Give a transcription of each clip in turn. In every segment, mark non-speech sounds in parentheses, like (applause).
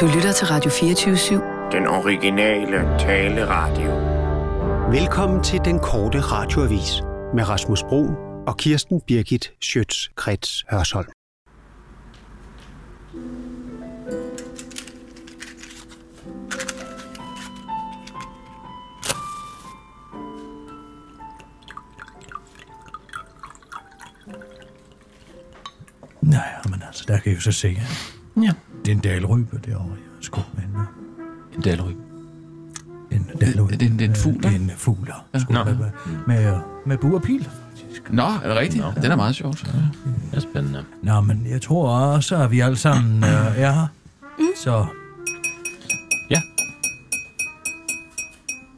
Du lytter til Radio 24-7. Den originale taleradio. Velkommen til den korte radioavis med Rasmus Bro og Kirsten Birgit Schøtz-Krets Hørsholm. Nej, men altså, der kan jeg jo så se, at Ja. det er en dalrybe derovre, jeg har skudt med en, En dalryg. øh, en dalrybe. Er det en- det er en Øh, fugl, Det er ikke? en fugl, der er skudt Nå. med, med, med, øh, med bur og pil, faktisk. Nå, er det rigtigt? Ja. Den er meget sjov. så. Det er spændende. Nå, men jeg tror også, at vi alle sammen øh, er her. Mm. Så Ja.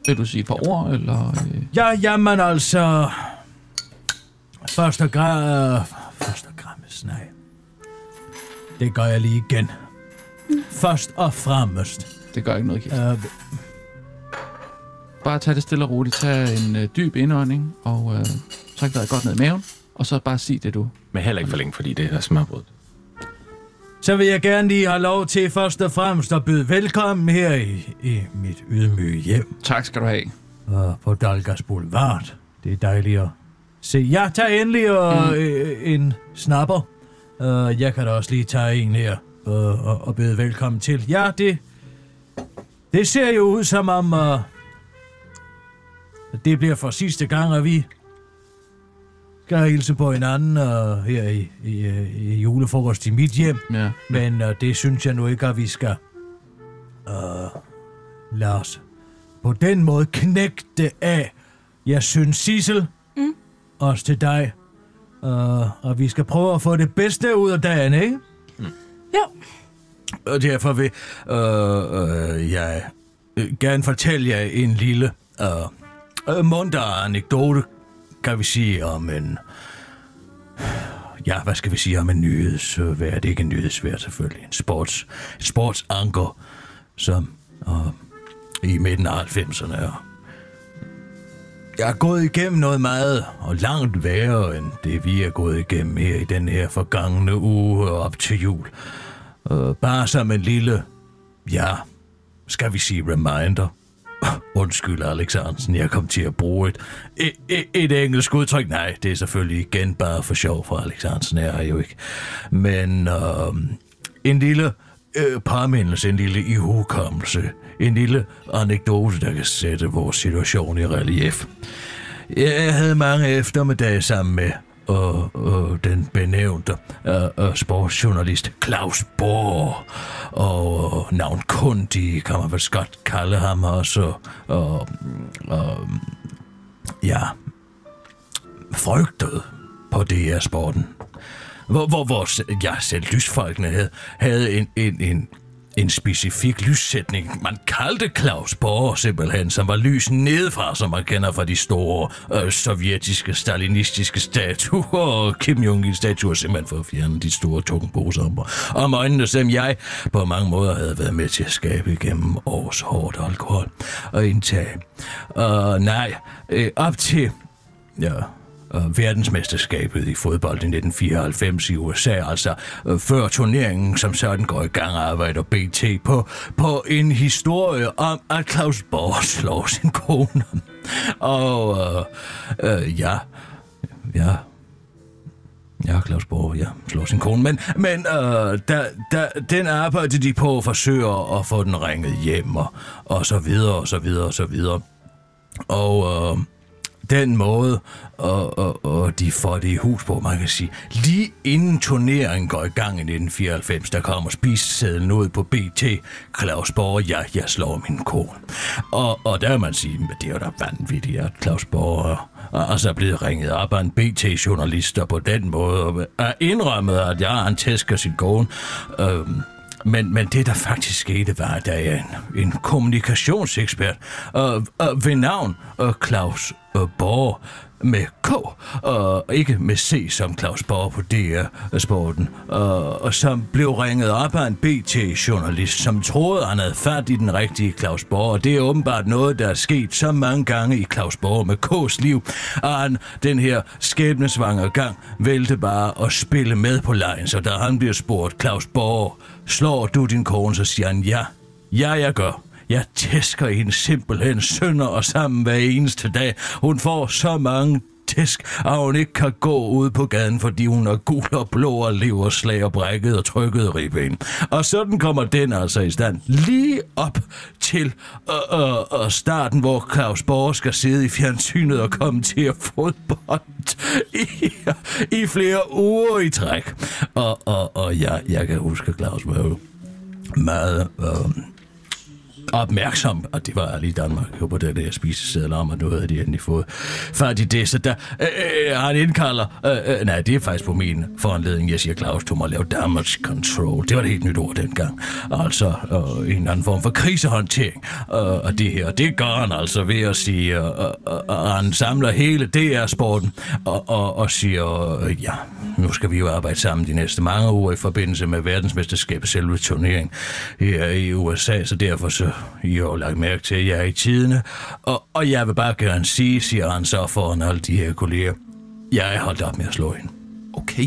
Vil du sige et par ord, eller... Øh, Ja, jamen altså... Første grad... Første grammes, nej. Det gør jeg lige igen. Mm. Først og fremmest. det gør ikke noget, Kirsten. Øh, Bare tag det stille og roligt. Tag en øh, dyb indånding, og øh, træk vejret godt ned i maven. Og så bare sig det, du... Men heller ikke for længe, fordi det er smørbrød. så vil jeg gerne lige have lov til først og fremmest at byde velkommen her i, i mit ydmyge hjem Tak skal du have. øh, på Dalgas Boulevard. Det er dejligt at se. Jeg tager endelig og, øh, en snapper. Øh, jeg kan da også lige tage en her øh, og, og byde velkommen til. Ja, det, Det ser jo ud som om, uh, det bliver for sidste gang, at vi skal hilse på hinanden uh, her i, i, øh, i julefrokost i mit hjem. Ja. Men uh, det synes jeg nu ikke, at vi skal uh, lade os på den måde knække det af. Jeg synes, Sissel, mm. også til dig, uh, og vi skal prøve at få det bedste ud af dagen, ikke? Jo, Og derfor vil øh, øh, jeg øh, gerne fortælle jer en lille øh, øh, munter anekdote, kan vi sige, om en... Ja, hvad skal vi sige om en nyhedsvært? Ikke en nyhedsvært, selvfølgelig. En sports, et sportsanker, som øh, i midten af 90'erne. Og jeg er gået igennem noget meget, og langt værre end det, vi er gået igennem her i den her forgangne uge og op til jul. Øh, bare som en lille, ja, skal vi sige reminder. (laughs) Undskyld, Alex Hansen, jeg kom til at bruge et, et, et, et engelsk udtryk. Nej, det er selvfølgelig igen bare for sjov, for Alex Hansen er her jo ikke. Men øh, en lille øh, påmindelse, en lille ihukommelse, en lille anekdote, der kan sætte vores situation i relief. Jeg havde mange eftermiddage sammen med og, og den benævnte og, og sportsjournalist Claus Borg. Og, og navn Kundi kan man vist godt kalde ham også. Og, og ja, frygtet på DR-sporten. Hvor, hvor, hvor se- ja, selv lysfolkene havde, havde en, en, en, en specifik lyssætning. Man kaldte Claus Borg simpelthen, som var lys nedefra, som man kender fra de store øh, sovjetiske, stalinistiske statuer og Kim Jong-il statuer, simpelthen for at fjerne de store tunge poser om, om øjnene, som jeg på mange måder havde været med til at skabe gennem års hårdt alkohol og indtag. Og nej, øh, op til ja, øh, verdensmesterskabet i fodbold i 1994 i USA, altså øh, før turneringen som sådan går i gang, arbejder BT på, på en historie om, at Claus Borg slår sin kone. Og øh, øh, ja, ja, Ja, Claus Borg, ja, slår sin kone. Men, men øh, der, der, den arbejder de på og forsøger at få den ringet hjem, og, og så videre, og så videre, og så videre. Og øh, den måde, og, og, og de får det i hus på, man kan sige. Lige inden turneringen går i gang i 1994, der kommer spisesedlen ud på BT. Claus Borg, ja, jeg slår min kone. Og, og der kan man sige, at det er jo da vanvittigt, at Claus Borg er, altså er blevet ringet op af en BT-journalist, og på den måde er indrømmet, at jeg er en tæsk af sin kone. Øhm, men, men det, der faktisk skete, var, at der er en, en kommunikationsekspert øh, øh, ved navn øh, Claus øh, Borg, med K, og ikke med C som Claus Borg på DR-sporten, øh, og, og som blev ringet op af en BT-journalist, som troede, han havde fat i den rigtige Claus Borg, og det er åbenbart noget, der er sket så mange gange i Claus Borg med K's liv, at han den her skæbnesvanger gang vælte bare at spille med på lejen, så da han bliver spurgt, Claus Borg, slår du din kone, så siger han ja. Ja, jeg gør. Jeg tæsker hende simpelthen sønder og sammen hver eneste dag. Hun får så mange tæsk, at hun ikke kan gå ud på gaden, fordi hun er gul og blå og lever slag og brækket og trykket ribben. Og sådan kommer den altså i stand lige op til øh, øh, øh, starten, hvor Claus Borg skal sidde i fjernsynet og komme til at fodbold i, i flere uger i træk. Og, og, og jeg, jeg kan huske, Claus var jo meget... Øh, opmærksom, og det var lige i Danmark jo på den der spiseseddel om, at nu havde de endelig fået fat i det, så der, øh, øh, han indkalder, øh, øh, nej, det er faktisk på min foranledning, jeg siger, Claus, du må lave damage control, det var et helt nyt ord dengang, altså øh, en eller anden form for krisehåndtering, øh, og det her, det gør han altså ved at sige, øh, øh, øh, han samler hele DR-sporten og, og, og siger, øh, ja, nu skal vi jo arbejde sammen de næste mange uger i forbindelse med verdensmesterskabets selve turnering her i USA, så derfor så I har jo lagt mærke til, at jeg er i tidene. Og, og jeg vil bare gerne sige, siger han så foran alle de her kolleger, jeg er holdt op med at slå hende. Okay.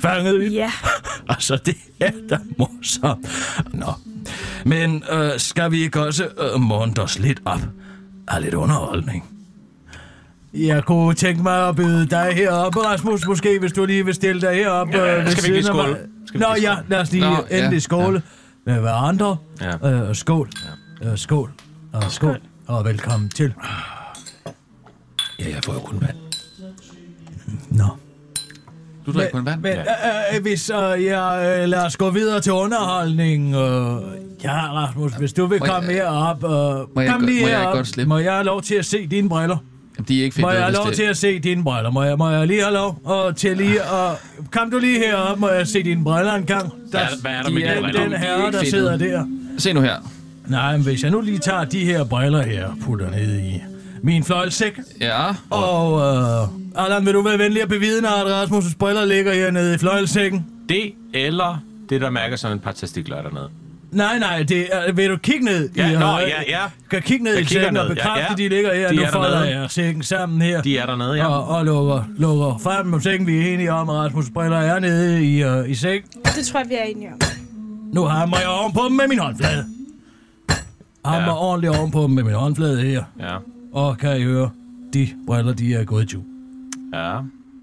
Fanget hende? (laughs) Ja. Altså, det er da morsomt. Nå. Men øh, skal vi ikke også øh, muntre os lidt op af lidt underholdning? Jeg kunne tænke mig at byde dig heroppe, Rasmus, måske, hvis du lige vil stille dig øh, heroppe. Ja, skal vi ikke lige skåle? Skal Skal vi Nå lige ja, skåle? lad os lige Nå, Nå, ja, endelig skåle ja. med hverandre. Ja. Ja. Øh, skål. Ja. Øh, skål. Og skål. skål. Og velkommen til. Ja, jeg får jo kun vand. Nå. Du drikker kun vand. Men øh, øh, hvis øh, jeg øh, lad os gå videre til underholdning. Øh, ja, Rasmus, hvis du vil Må jeg- komme herop. Øh, må jeg godt- lige må jeg herop. godt slippe? Må jeg have lov til at se dine briller? Jamen, de er ikke fedt. Må jeg have lov det, til at se dine briller? Må jeg, må jeg lige have lov og til lige og Kom du lige herop, må jeg se dine briller en gang? Der, Hvad er der- hvad er der de med er- dine den, briller? den De er herre, ikke der sidder fedtede. der. Se nu her. Nej, men hvis jeg nu lige tager de her briller her og putter ned i min fløjlsæk, Ja. og øh, Allan, vil du være venlig at bevidne, at Rasmus' briller ligger hernede i fløjlsækken? Det eller det, der mærker som et par testikler dernede. Nej, nej, det er, vil du kigge ned? Ja, i, nå, øh, ja, ja. Kan kigge ned Jeg i kigger sækken og ned, ja, bekræfte, ja. de ligger her. De nu er folder dernede. jeg sækken sammen her. De er dernede, ja. Og, og lukker, lukker frem om sækken. Vi er enige om, at Rasmus Briller er nede i, øh, i sækken. Det tror jeg, vi er enige om. Nu hammer jeg ovenpå dem med min håndflade. Hammer Ja. ja. ordentligt ovenpå dem med min håndflade her. Ja. Og kan I høre, de briller, de er gået i tju. Ja.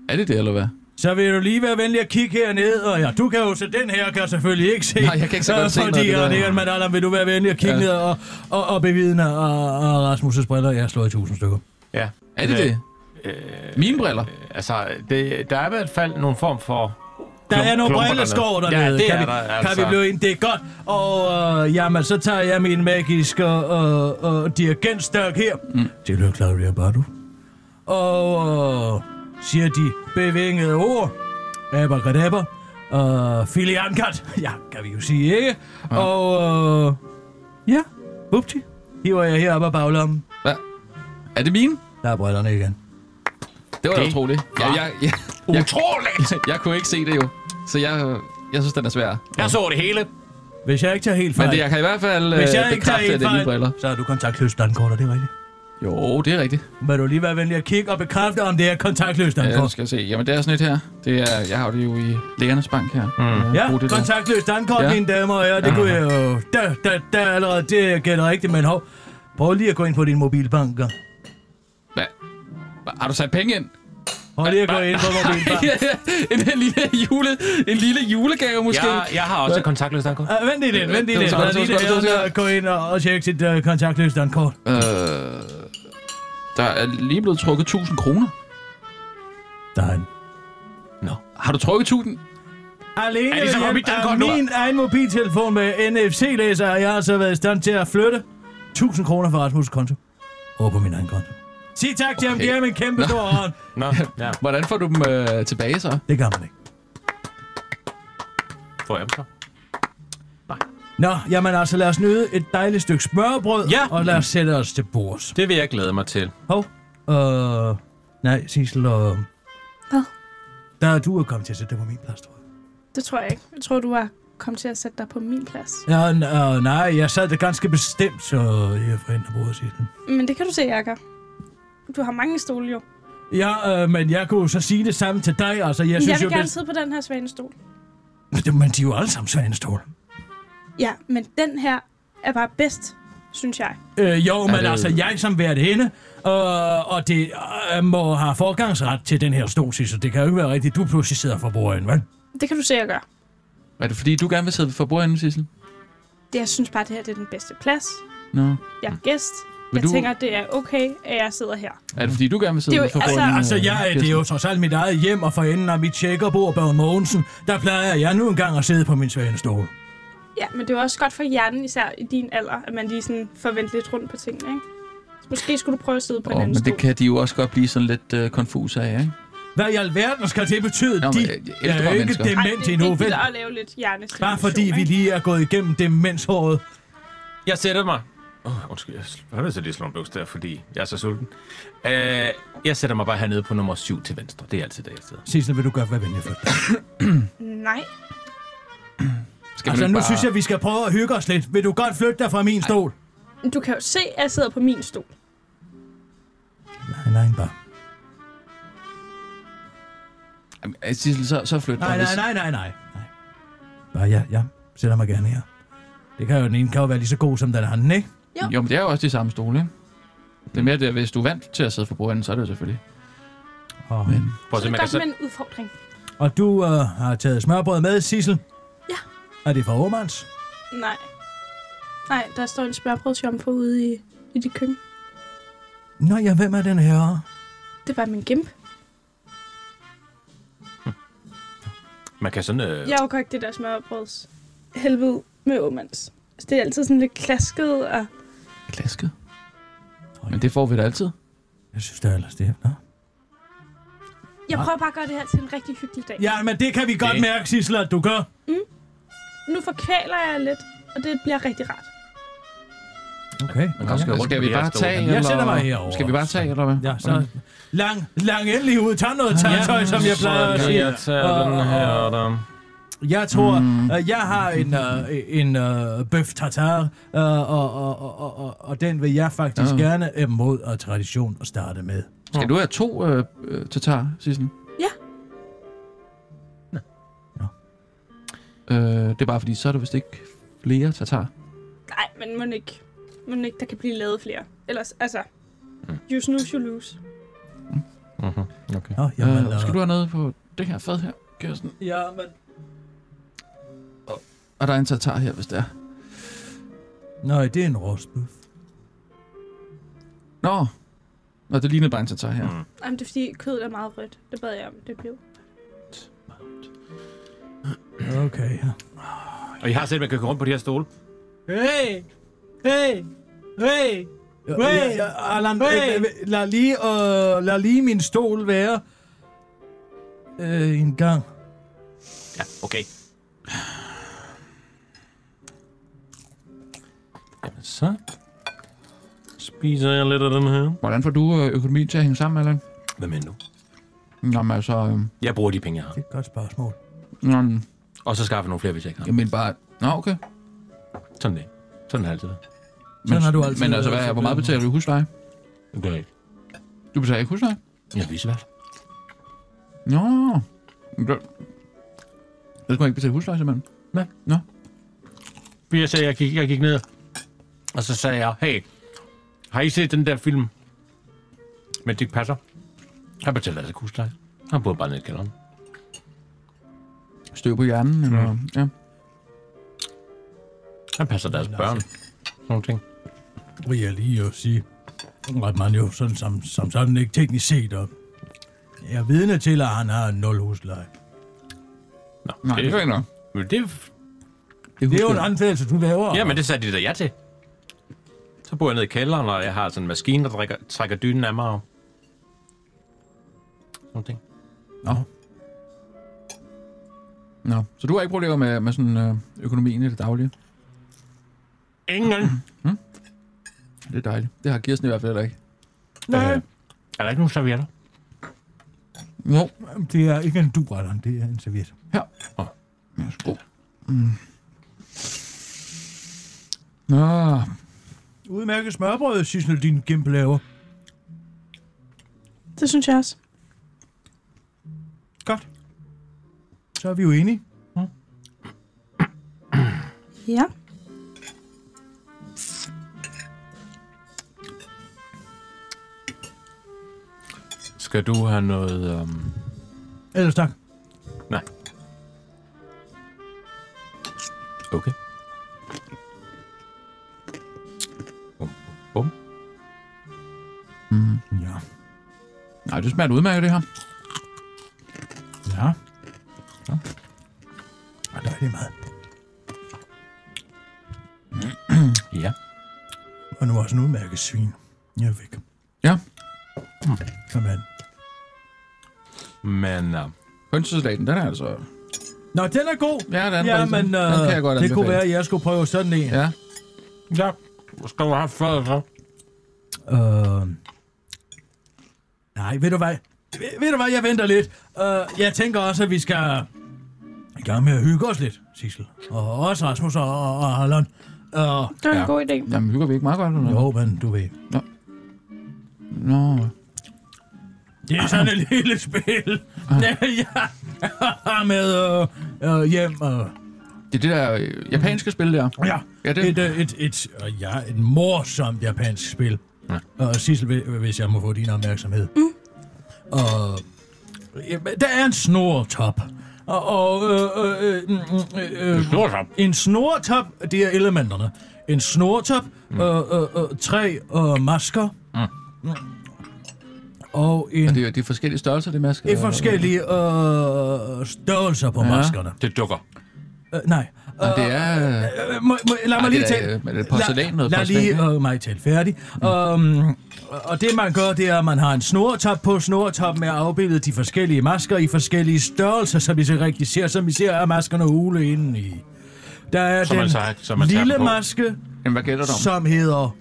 Er det det, eller hvad? Så vil du lige være venlig at kigge herned, og ja, du kan jo se den her, kan selvfølgelig ikke se. Nej, jeg kan ikke så godt se noget af Fordi det der. det er en madallam, vil du være venlig at kigge Ja. ja. ned og, og, og bevidne, og, og Rasmus' briller, jeg slår i tusind stykker. Ja. Er det det? Mine briller? Øh, Altså, det, der er i hvert fald nogle form for... Der Klum- er nogle klumper brilleskår dernede. dernede. Ja, det kan vi, er der, altså. altså. Kan vi blive ind? Det er godt. Og øh, jamen, så tager jeg min magiske øh, øh, dirigentstørk her. Mm. Tilhører Claudia Bardu. Og øh, siger de bevingede ord. Abakadabra. Og filiankat. (laughs) Ja, kan vi jo sige, ikke? Ja. Og øh, ja, upti. Hiver jeg heroppe af baglommen. Hvad? Er det mine? Der er brillerne igen. Det var da Det utroligt. Ja, jeg, jeg, jeg, Utroligt! jeg (laughs) kunne ikke se det jo. Så jeg, jeg synes, den er svær. Jeg så det hele. Hvis jeg ikke tager helt Men fejl. det, jeg kan i hvert fald øh, hvis jeg ikke tager bekræfte, at helt det er mine fejl, briller. så har du kontaktløst dankort, er det rigtigt? Jo, det er rigtigt. Vil du lige være venlig at kigge og bekræfte, om det er kontaktløst Ja, nu dankort? skal jeg se. Jamen, det er sådan et her. Det er, jeg har det jo i lægernes bank her. Mm. Ja, det der. kontaktløst dankort, Ja. mine damer og herrer. Det kunne jeg jo... Der, der, der er allerede, det gælder rigtigt, men hov. Prøv lige at gå ind på din mobilbank. og- Hvad? Hva- Har du sat penge ind? Prøv lige at gå ind på (laughs) mobilbank. en, en, lille jule, en lille julegave måske? Jeg, jeg har også et kontaktløst dankort. Uh, vent lige lidt, vent lige Det var lidt. så godt, Lad det var lige så godt, det var så godt. det gå ind og, og tjekke sit uh, kontaktløst dankort. Øh, der er lige blevet trukket 1000 kroner. Der er en. Har du trukket 1000? Alene Er det så ved på hjælp mit af dankort nu? min egen mobiltelefon med NFC-læser, og jeg har så været i stand til at flytte 1000 kroner fra Rasmus' konto. Over på min egen konto. Sig tak til ham, Okay. giv ham en kæmpe stor hånd. Nå, ja. Hvordan får du dem øh, tilbage så? Det gør man ikke. Får jeg dem så? Nå, jamen altså lad os nyde et dejligt stykke smørbrød, Ja. og lad os sætte os til bords. Det vil jeg glæde mig til. Hov, øh, nej, Sissel, og... Hvad? Der er du er kommet til at sætte dig på min plads, tror jeg. Det tror jeg ikke. Jeg tror, du var kommet til at sætte dig på min plads. Ja, n- øh, nej, jeg sad der ganske bestemt, så jeg forhindrer bordet, Sissel. Men det kan du se, Jakob. Du har mange stole jo. Ja, øh, men jeg kunne så sige det samme til dig, altså jeg Jeg, synes jeg vil jo... gerne sidde på den her svanestol. det... Men de er jo alle sammen svanestol. Ja, men den her er bare bedst, synes jeg. Øh, jo, men det- altså, jeg som vært hende, øh, og det øh, må have forgangsret til den her stol, så det kan jo ikke være rigtigt, du pludselig sidder for bordet, vel? Det kan du se, jeg gør. Er det fordi, du gerne vil sidde for bordenden, Sissel? Det, jeg synes bare, det her det er den bedste plads. Nå. Jeg er gæst. Vil Jeg du- tænker, det er okay, at jeg sidder her. Er det fordi, du gerne vil sidde Det er jo- for altså- bordenden? øh, Altså, jeg, det er jo trods alt mit eget hjem, og for enden af mit tjekkerbord bag Mogensen, der plejer jeg nu engang at sidde på min svanestol. Ja, men det er jo også godt for hjernen, især i din alder, at man lige sådan får vendt lidt rundt på tingene, ikke? Så Måske skulle du prøve at sidde på en Oh, anden men stol. det kan de jo også godt blive sådan lidt øh, konfuse af, ikke? Hvad i alverden skal det betyde? Nå, men, De øh, ældre er jo ikke mennesker. Ej, dement endnu, vigtigt vel? at lave lidt hjernestimulation, Bare fordi vi ikke? lige er gået igennem demenshåret. Jeg sætter mig. Oh, undskyld, jeg sl- jeg vil så lige slå en buks der, fordi jeg er så sulten. Uh, jeg sætter mig bare hernede på nummer 7 til venstre. Det er altid der, jeg sidder. Sissel, vil du godt være venlig for dig? Nej, Skal man Altså, ikke nu bare... synes jeg, vi skal prøve at hygge os lidt. Vil du godt flytte dig fra min stol? du kan jo se, at jeg sidder på min stol. Nej, nej, bare. øh, Jamen, Sissel, så, så flyt Nej, dig, nej, hvis- nej, nej, nej. nej. Bare ja, ja. Sætter mig gerne her. Det kan jo, den ene kan jo være lige så god som den anden, ikke? Jo, men det er jo også de samme stole, ikke? Det er mere det, at hvis du er vant til at sidde for bordenden, så er det jo selvfølgelig. Og, Men Prøv at Så se, det man er kan godt med så... en udfordring. og du øh, har taget smørbrød med, Sissel? Ja. Er det fra Åmans? Nej. Nej, der står en smørbrødsjomfru ude i, i dit køkken. Nå ja, hvem er den her? Det var min gimp. Man kan sådan... Øh... Jeg har jo kogt det der smørbrøds helvede med åmands. Altså, det er altid sådan lidt klasket, og klasket. Men det får vi da altid. Jeg synes, det er ellers det her. Nå. jeg prøver bare at gøre det her til en rigtig hyggelig dag. Ja, men det kan vi godt Det- mærke, Sissel, at du gør. Nu forkvæler jeg lidt, og det bliver rigtig rart. Okay. Man Nå, også gå skal, rundt på vi de her bare stole tage, her. eller... sætter mig herover. Skal vi bare tage, eller hvad? Ja, så Hvordan? lang, lang endelig ud. Tag noget tandtøj, som jeg plejer at sige. Jeg tager den her, der. Jeg tror, mm. øh, jeg har en, øh, en øh, bøf tartar, øh, og, og, og, og, og, og den vil jeg faktisk Ja. uh. gerne øh, mod og tradition at starte med. Skal du have to øh, øh, tatar, Sissel? Ja. Nå. Øh, det er bare fordi, så er der vist ikke flere tatar. Nej, men må ikke. Må ikke, der kan blive lavet flere. Ellers, altså... Mm. You snooze, you lose. Mhm. Nå, jamen, Øh, skal du have noget på det her fad her, Kirsten? Jamen. Og der er en tatar her, hvis det er. Nej, det er en rostbøf. Nå! Nå, det ligner bare en tatar her. Mm. Jamen, det er fordi kødet er meget rødt. Det bad jeg om, det blev. Okay, ja. Og I har set, at man kan gå rundt på de her stole. Hey! Hey! Hey! Hey, Allan, Hey! øh, øh, lad, lige, øh, lad lige min stol være øh, en gang. Ja, okay. Jamen så spiser jeg lidt af den her. Hvordan får du øh, økonomien til at hænge sammen, Allan? Hvad med nu? Nå, men altså... Øh, Jeg bruger de penge, jeg har. Det er et godt spørgsmål. nå, men- Og så skaffer jeg nogle flere, hvis jeg ikke har. jeg mener bare... Nå, okay. Sådan det. Sådan har det altid været. Men, Sådan har du altid men altså, været, hvad, så hvor meget bliver- betaler du i husleje? Det gør jeg ikke. Du betaler ikke husleje? Jeg viser hvad. Nå. Men det- Det skal man ikke betale husleje, simpelthen. Hvad? Nå. Fordi jeg sagde, jeg gik, jeg gik ned, og så sagde jeg, hey, har I set den der film med Dick Passer? Han betaler altså husleje. Han bor bare nede i kælderen. Støv på hjernen, eller... Mm. Ja. Han passer deres børn. Sådan nogle ting. vil jeg lige jo sige, at man jo sådan, som, som sådan ikke teknisk set, og jeg er vidne til, at han har en nul husleje. Nå, Nej, det er ikke nok. Men det, Det er jo en husleje. antagelse, du laver. (laughs) ja, men det sagde de da ja til. Så bor jeg nede i kælderen, og jeg har sådan en maskine, der drikker, trækker dynen af mig. Og... Sådan nogle ting. Nå, så du har ikke problemer med, med sådan, øh, økonomien i det daglige? Ingen. Det er dejligt. Det har Kirsten i hvert fald heller ikke. Nej. Er der ikke nogen servietter? Jo. Det er ikke en duretter, det er en serviet. Her. Åh, værsgo. Mm. Nå, Udmærket smørbrød, Sissel, din gimp laver. Det synes jeg også. Godt. Så er vi jo enige. Ja. Skal du have noget... Um... Ellers tak. Nej. Okay. Bum, bum. Ja. nej, det smager udmærket, det her. Ja. ja. Og dejlig mad. Ja. Og nu også en udmærket svin. Jeg fik. Ja, Kom an. Men uh, hønsesalaten, den er altså... Nå, den er god. Ja, den er ja faktisk- men øh, den kan jeg godt det kunne anbefale. være, at jeg skulle prøve sådan en. Ja, ja, skal du have før så? Øh, nej, ved du hvad? Ved, ved du hvad, jeg venter lidt. Øh, jeg tænker også, at vi skal i gang med at hygge os lidt, Sissel. Og også Rasmus og, og, og Harlon. Øh, Det var Ja. en god idé. jamen hygger vi ikke meget godt, eller noget? jo, men du ved. Nå, Det er sådan et lille spil. Ja, (laughs) ja. med øh, øh, hjem. Øh. det er det der øh, japanske spil der. Mm. Ja, Ja, det- et, øh, et, et, øh, ja, et morsomt japansk spil. Ja. Og Sissel, hvi- hvis jeg må få din opmærksomhed. Mm. Og, ja, men der er en snortop. Og, og øh, øh, øh, mm, øh, øh, Stort op. en snortop, det er elementerne. En snortop, mm. øh, øh, øh, tre øh, masker. Mm. Og en, Og det er de forskellige størrelser, det masker. det er forskellige øh, størrelser på ja. maskerne. Det dukker. Øh, nej. Og det er... øh, Øh, må, må, lad Ej, mig lige det er, tale. øh, er det porcelæn, noget lad, lad porcelæn, lige ikke? øh, mig tale færdig. Mm. Um, og det man gør, det er, at man har en snortop på. Snortoppen er afbildet de forskellige masker i forskellige størrelser, som vi så rigtig ser. Som vi ser, er maskerne hule inde i. Der er Som man den tager- som man tager lille dem på. maske, Jamen, hvad gælder det om, som hedder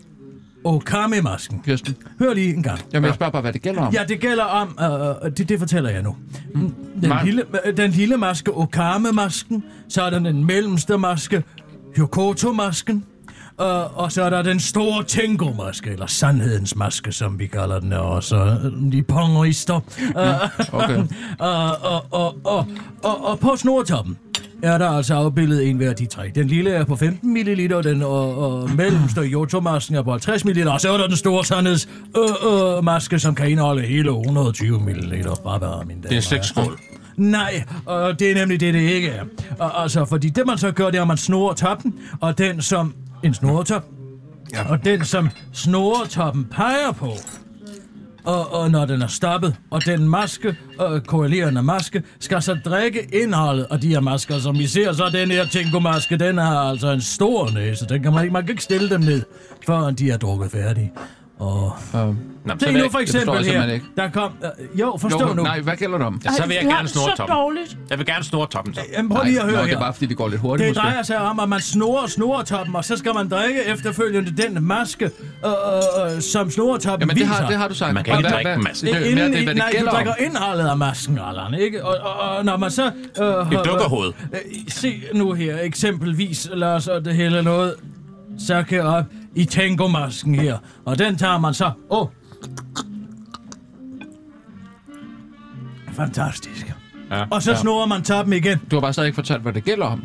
Okame-masken. Kirsten? Hør lige en gang. Jamen, jeg spørger bare, hvad det gælder om. Ja, det gælder om... Øh, det, det fortæller jeg nu. Den, Nej. lille, øh, den lille maske, Okame-masken. Så er der den mellemste maske, Yokoto-masken. Øh, og så er der den store Tengo-maske, eller sandhedens maske, som vi kalder den, og så øh, de pongerister. (laughs) Okay. Og, og, og, og, og, og på snortoppen er der altså afbildet en hver af de tre. Den lille er på 15 ml, den og, og mellemste jotomasken er på 50 ml, og så er der den store sandheds øh, øh, maske, som kan indeholde hele 120 ml. Bare bare, mine Det damer er seks skål. Nej, og det er nemlig det, det ikke er. Og, altså, fordi det, man så gør, det er, at man snorer toppen, og den som... En snoretop. Ja. Og den, som snoretoppen peger på, og, og når den er stoppet, og den maske, øh, korrelerende maske, skal så drikke indholdet af de her masker, som vi ser, så den her Tinko-maske, den har altså en stor næse. Den kan man, ikke, man kan ikke stille dem ned, før de er drukket færdige. Og... Nå, men Se så, vil nu jeg, for det forstår eksempel jeg her, simpelthen ikke. der kom... Øh, jo, Jo, forstå nu. nej, hvad gælder det om? ja, så vil jeg Ej, gerne det snore er Så toppen. dårligt. Jeg vil gerne snore toppen så. Jamen, prøv lige at Nej, høre her. nå, det er bare, fordi det går lidt hurtigt, Det måske. drejer sig om, at man snorer snoretoppen, og så skal man drikke efterfølgende den maske, øh, øh, øh, som snoretoppen Jamen, det viser. har, det har du sagt. Man kan Og ikke hvad- drikke hvad- en masse. Det, det, Inden det, i- er, hvad det nej, gælder du om. drikker indholdet af masken, Allan, ikke? Og, og, og når man så... Øh, Det dukker hovedet. Øh, se nu her, eksempelvis, lad os og det hele noget, så kan jeg op i tangomasken her. Og den tager man så... Åh! Oh. Fantastisk. Ja. Og så ja. snor man toppen igen. Du har bare stadig ikke fortalt, hvad det gælder om.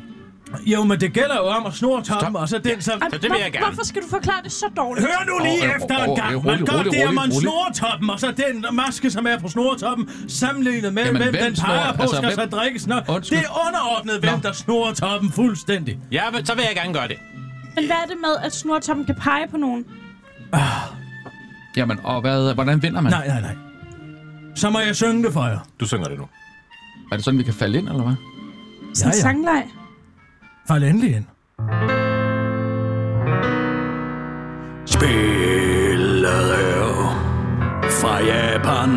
Jo, men det gælder jo om at snore toppen, og så den, som... Ej, Så det vil jeg hvor- gerne. Hvorfor skal du forklare det så dårligt? Hør nu lige oh, Åh, øh, efter åh, en øh, gang. rolig, man gør rolig, det, at rolig, man rolig. snor toppen, og så den maske, som er på snortoppen, sammenlignet med, Jamen, hvem, hvem den peger snor- på, altså, skal hvem- så drikkes. Nå, Undskyld. det er underordnet, hvem Nå. der snor toppen fuldstændig. Ja, men så vil jeg gerne gøre det. Men hvad er det med, at snortoppen kan pege på nogen? Jamen, og hvad, hvordan vinder man? Nej, nej, nej. Så må jeg synge det for jer. Du synger det nu. Er det sådan, vi kan falde ind, eller hvad? Som Ja, ja. sangleg? Fald endelig ind. Spillerøv fra Japan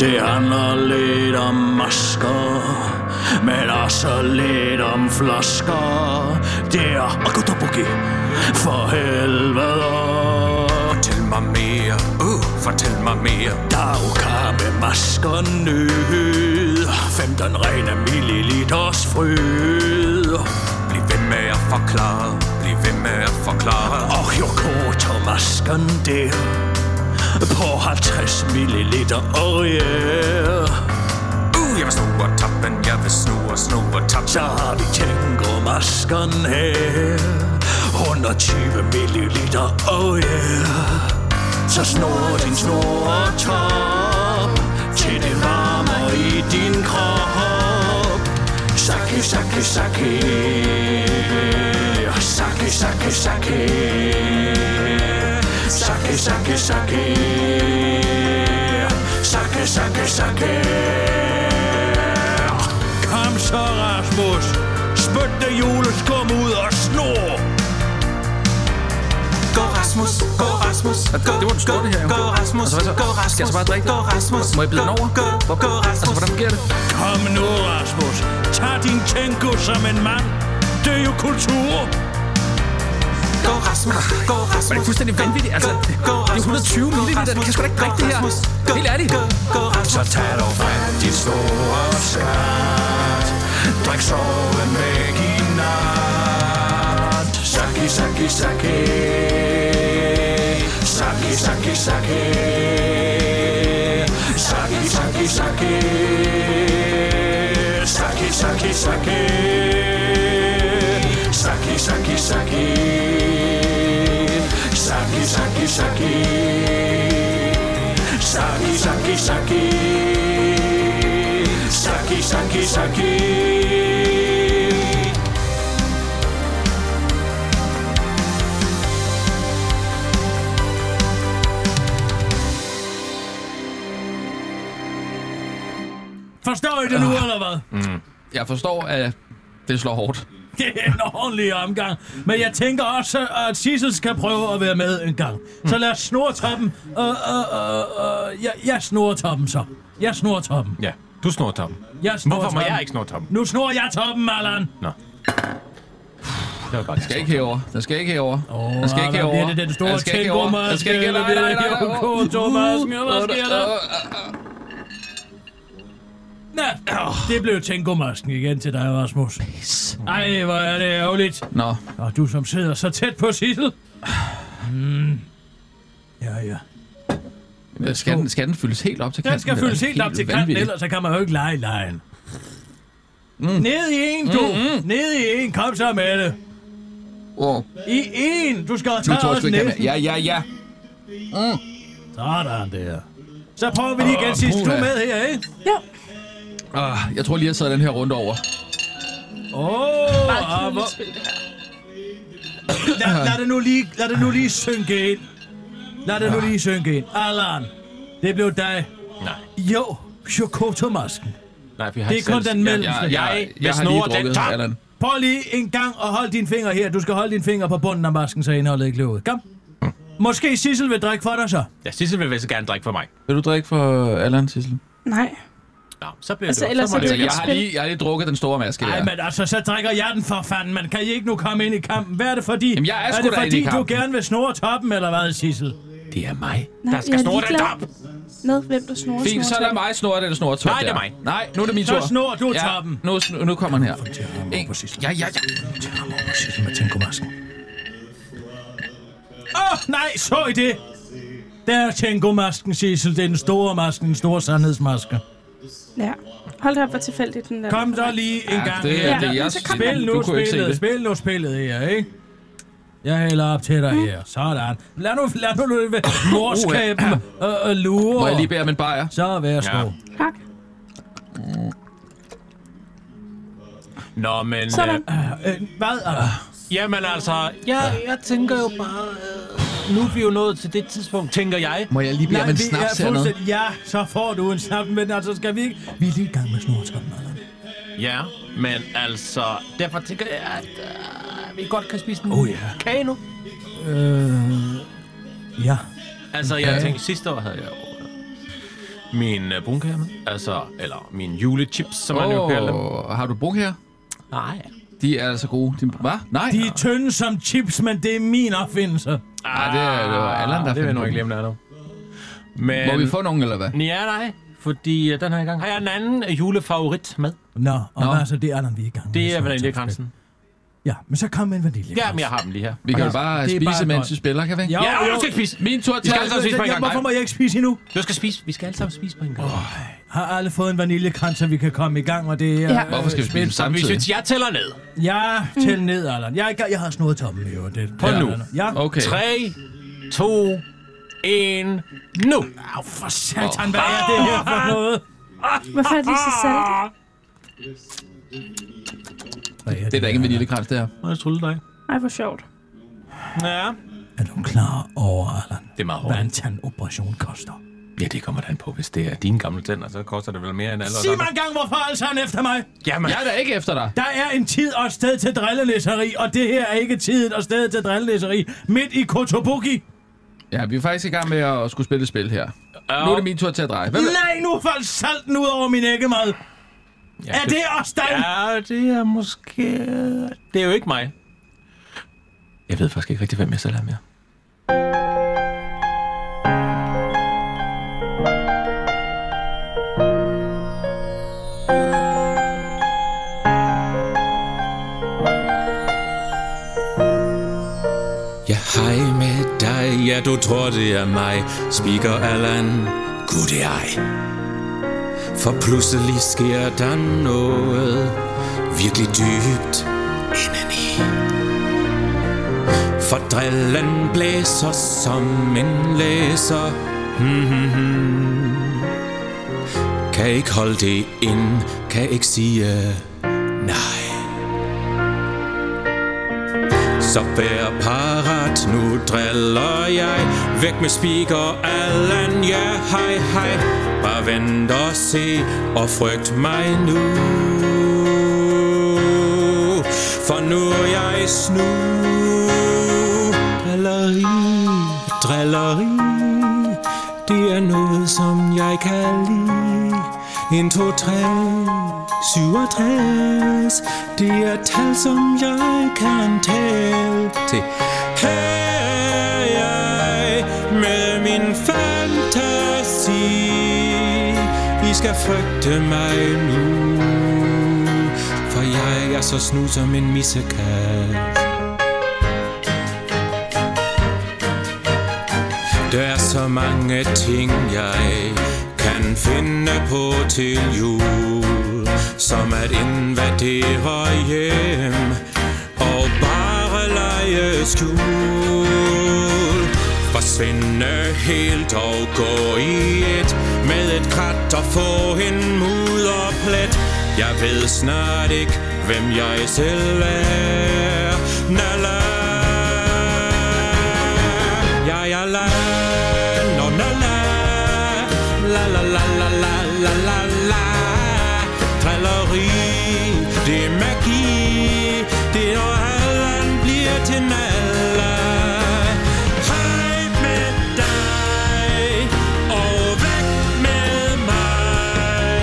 Det handler lidt om masker men også lidt om flosker. Der og kutobuki for helvede. Fortæl mig mere, uh, fortæl mig mere. Dagkar med masker nød 15 rene milliliters fryd Bliv ved med at forklare, bliv ved med at forklare. Og jo kortere masken der På 50 milliliter Oriel Uh, jeg vil snu og tappen, jeg vil snu og snu og tappe. Så har vi tænker masken her 120 milliliter Oriel Så snor din snor og top Til det varmer i din krop Sake, sake, sake Sake, sake, sake Sake, sake, sake Sake, sake, sake Kom så, Rasmus Spyt det juleskum ud og snor Gå Rasmus, gå Rasmus, gå, Det var den store, det her, jo. gå Rasmus, Altså, hvad så? gå Skal jeg Rasmus, så bare drikke det? gå Rasmus, Må jeg blande gå, over? Gå, Hvor- gå Altså, Rasmus, hvordan fungerer det? Kom nu, Rasmus. Tag din tænko som en mand. Det er jo kultur. gå Rasmus, gå Rasmus. Ah. Men det er fuldstændig vanvittigt. Altså, Gå, det gå er Rasmus, 120 gå milliliter. Det kan sgu da ikke Rasmus, drikke det her. gå Rasmus, gå, Helt ærligt. Gå, gå Rasmus. Så tag dog frem dit store skat. Drik soven væk i nat. Saki, saki, saki. Saki, saki, saki. Saki, saki, saki. Saki, saki, saki. Saki, saki, saki. Saki, saki, saki. Saki, saki, saki. Saki, saki, saki. Forstår I det Ah. nu, eller hvad? Jeg forstår, at det slår hårdt. Det er en ordentlig omgang. Men jeg tænker også, at Sissel skal prøve at være med en gang. Så lad os snurre toppen. Uh, uh, uh, uh, jeg, jeg snurrer toppen så. Jeg snurrer toppen. Ja, du snor toppen. Jeg snurrer Hvorfor må toppen. jeg ikke snor toppen? Nu snurrer jeg toppen, Allan. Det var bare det. Den skal ikke herover. Den skal ikke herover. Åh, den skal ikke hvad herover. bliver det, den store den skal ikke tænker, herover. Mads? Den skal ikke Hvad herover. bliver det, Joko, Thomas? Hvad sker der? Nå, det blev tænkomasken igen til dig, Rasmus. Ej, hvor er det ærgerligt. Nå, Og du som sidder så tæt på Sissel. Mm. Hmm. Ja, ja. men øh, skal den, skal den fyldes helt op til kanten? Den skal Det er fyldes da helt op til kanten, vanvittigt. ellers så kan man jo ikke lege lejen. Mm. Ned i en, du. Mm, mm. Ned i en. Kom så med det. Wow. I en. Du skal Nu tage tror jeg også sgu ikke, næsen. han er- Ja, ja, ja. Sådan der. Så prøver vi lige igen sidst. Du puha. er med her, ikke? Ah, Jeg tror lige, jeg sad den her rundt over. Åh, Meget oh, kedeligt spil, det her. lad, lad, det nu lige, lad det nu lige synke ind. Lad det nu lige synke ind. Allan, det blev dig. Nej. Jo, Chokotomasken. Nej, for jeg har Det er ikke kun selv- den Jeg- mellemste. Jeg, jeg, Jeg jeg har lige snurrer den drukket, top. Allan. Prøv lige en gang at holde dine fingre her. Du skal holde dine fingre på bunden af masken, så indholdet ikke løber ud. Kom. Hm. Måske Sissel vil drikke for dig så. Ja, Sissel vil vel så gerne drikke for mig. Vil du drikke for Allan, Sissel? Nej. Nå, så bliver Altså, det. ellers så er må det det jo jo Jeg ikke et har spil. lige, jeg har lige drukket den store maske. Nej, der. men altså, så drikker jeg den for fanden. Man kan I ikke nu komme ind i kampen. Hvad er det fordi? Jamen, jeg er sgu det da inde i fordi, du kampen. gerne vil snurre toppen, eller hvad, Sissel? Det er mig. Nej, Der jeg skal er snor den ligeglad. top. Med hvem der snorer Fint, så lad snortøj. mig snurre den snor Nej, det er mig. Nej, nu er det min Så tur. snor du toppen. Ja, nu, sn- nu kommer den her. En, ja, ja, ja. Sissel med tænkomasken. Åh, oh, nej, så I det? Der er tænkomasken, Sissel. Det er den store masken, den store sandhedsmaske. Ja. Hold da op, hvor tilfældigt den der. Kom så lige en gang. her. det, det Ja, er men jeres. så kom Spil nu Du kunne ikke se spillet, det. spil nu spillet her, ikke? Jeg hælder op til dig her. Sådan. Lad nu, lad nu løbe morskaben og, og lure. Må jeg lige bære min bajer? Så værsgo. Ja. Ja. Tak. Nå, men... Sådan. Øh, Øh, hvad? Øh, Ah. jamen altså, ja, jeg tænker jo bare... Øh, nu er vi jo nået til det tidspunkt, tænker jeg. Må jeg lige bære nej, min vi er snaps hernede? fuldstændig... Ja, så får du en snaps, men altså skal vi ikke... Vi er lige i gang med snortoppen, Allan. Ja, men altså... Derfor tænker jeg, at øh, vi godt kan spise en Oh, ja. kage nu. Øh, ja. Altså, jeg tænkte, sidste år havde jeg... min øh, brunkage med. Altså, eller min julechips, som man jo kalder dem. Ah, Åh, har du brug her? Nej. De er altså gode. De, hvad? Nej. De er tynde som chips, men det er min opfindelse. Ah, det er det var Allan, der det vil jeg fandt nu på ikke dem. glemme, der er dog. Men... Må vi få nogen, eller hvad? Ja, nej. Fordi øh, den her gang har jeg en anden øh, julefavorit med. Nå, og Nå. Nå. altså, det er Allan, vi er i gang med. Det er Så- vaniljekransen. Ja, men så kom med en vanilje. Ja, men jeg har dem lige her. Vi kan jo Det bare er spise, bare mens godt. vi spiller, kan vi? ikke? Jo, Ja, jo. du skal ikke spise. Min tur til. skal alle sammen altså- spise på en gang. Hvorfor må jeg ikke spise endnu? Du skal spise. Vi skal alle sammen spise på en gang. Har alle fået en vaniljekrans, så vi kan komme i gang, og det er... Ja. øh, Hvorfor skal vi spille spil- dem samtidig? jeg tæller ned. Ja, tæl ned, Allan. Jeg, er i gang- jeg har snået toppen i øvrigt. det- Hold Ja, nu. Allan. Ja. Okay. 3, 2, 1, nu! Au, for satan, hvad er det her for noget? Hvorfor er det så salt? Det er da ikke en vaniljekrans, det her. Må jeg trylle dig? Ej, hvor sjovt. Ja. Er du klar over, Allan, Det er meget hvad hårdt. en tandoperation koster? Ja, det kommer an på. Hvis det er dine gamle tænder, så koster det vel mere end alle os Sig andre. mig engang, hvorfor altså han efter mig? Jamen, Jeg er da ikke efter dig. Der er en tid og et sted til drillelæseri, og det her er ikke tiden og stedet til drillelæseri. Midt i Kotobuki. Ja, vi er faktisk i gang med at skulle spille et spil her. Nu er det min tur til at dreje. Hvad vil- Nej, nu faldt salten ud over min æggemad. ja, Er det også dig? Ja, det er måske... Det er jo ikke mig. Jeg ved faktisk ikke rigtig, hvem jeg selv er mere. Ja, hej med dig, ja, du tror det er mig Speaker Allan, gud det ej For pludselig sker der noget Virkelig dybt indeni For drillen blæser som en læser mm-hmm. Kan ikke holde det ind, kan ikke sige øh, nej Så vær parat, nu driller jeg Væk med speaker, Allan, ja hej hej Bare vent og se, og frygt mig nu For nu er jeg snu Drilleri, drilleri Det er noget, som jeg kan lide en, to, tre, 67 Det er tal, som jeg kan tælle til Her er jeg med min fantasi I skal frygte mig nu For jeg er så snu som en missekat Der er så mange ting, jeg kan finde på til jul Som at invadere hjem og bare lege skjul Forsvinde helt og gå i et Med et krat og få en mudderplet Jeg ved snart ikke, hvem jeg selv er Nala Ja, ja, la, no, na, la, la, la, la, la, la, Ah, la, la, la. Drilleri, det er magi, det er når Allan bliver til Nalla. Hej med dig, og væk med mig.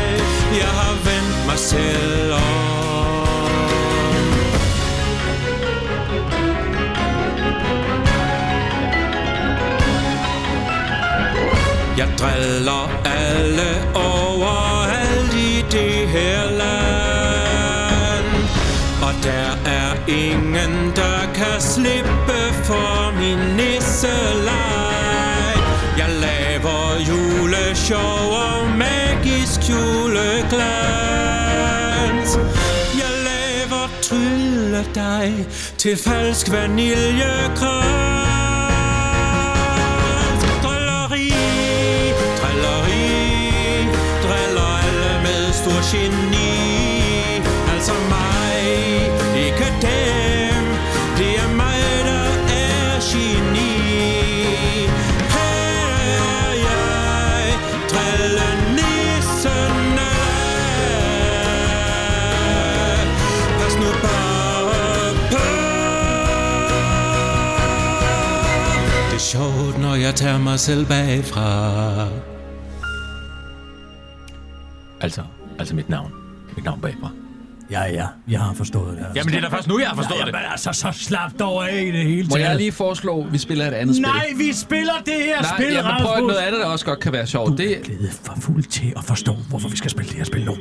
Jeg har vendt mig selv om. Jeg driller alle overalt i det her land Og der er ingen, der kan slippe for min nisseleg Jeg laver juleshow og magisk juleglans Jeg laver trylledej til falsk vaniljekrans Drilleri, drilleri, driller alle med stor geni Altså mig, ikke dem, det er mig, der er geni Her er jeg, drillenissen er Pas nu bare på Det er sjovt, når jeg tager mig selv bagfra. Altså, altså mit navn. Mit navn bagfra. Ja, ja, jeg har forstået det. Jamen, det er da først nu, jeg har forstået ja, det. Jamen, altså, så slap dog af i det hele Må taget. jeg lige foreslå, at vi spiller et andet Nej, spil? vi spiller det her Nej, spil, jamen, prøv Rasmus. noget andet, der også godt kan være sjovt. Det, blevet for fuld til at forstå, hvorfor vi skal spille det her spil nu.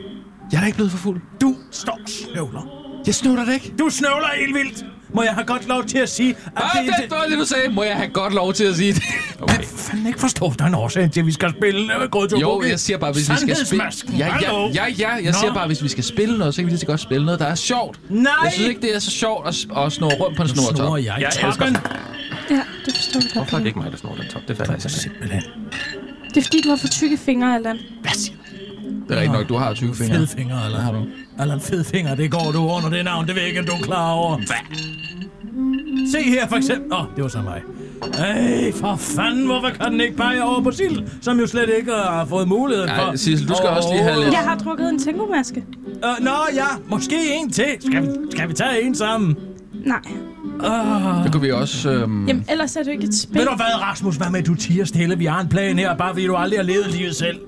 jeg er da ikke blevet for fuld. Du står og snøvler. Jeg snøvler det ikke. Du snøvler helt vildt. Må jeg have godt lov til at sige, at Ej, Ah, det var det, du sagde. Må jeg have godt lov til at sige det? Jeg fanden ikke forstår, at der er en årsag til, at vi skal spille øh, Grød Jo, jeg siger bare, hvis vi skal spille... Ja, ja, ja, ja jeg siger bare, hvis vi skal spille noget, så kan vi lige så godt spille noget, der er sjovt. Nej! Jeg synes ikke, det er så sjovt at, s- at snurre rundt på en Nu snor snortop. jeg i Jeg toppen. Ja, det forstår jeg godt. Hvorfor er det ikke mig, der snor den top? Det fatter jeg simpelthen. Simpelthen. Det er fordi, du har for tykke fingre, Allan. Det er rigtigt nok, du har 20 fingre. Fede fingre, eller har du? Eller en fed finger, det går du under det navn, det ved jeg ikke, om du er klar over. Hvad? Se her for eksempel... Åh, oh, det var så mig. Ej, for fanden, hvorfor kan den ikke pege over på Sil, som jo slet ikke har fået mulighed for... Nej, Sissel, du skal også lige have lidt... Jeg har drukket en tænkomaske. Uh, nå, ja, måske en til. Skal vi, skal vi tage en sammen? Nej. Det kunne vi også... Øhm, Jamen, ellers er det jo ikke et spil. Ved du hvad, Rasmus, hvad med, du tiger stille? Vi har en plan her, bare fordi du aldrig har levet livet selv.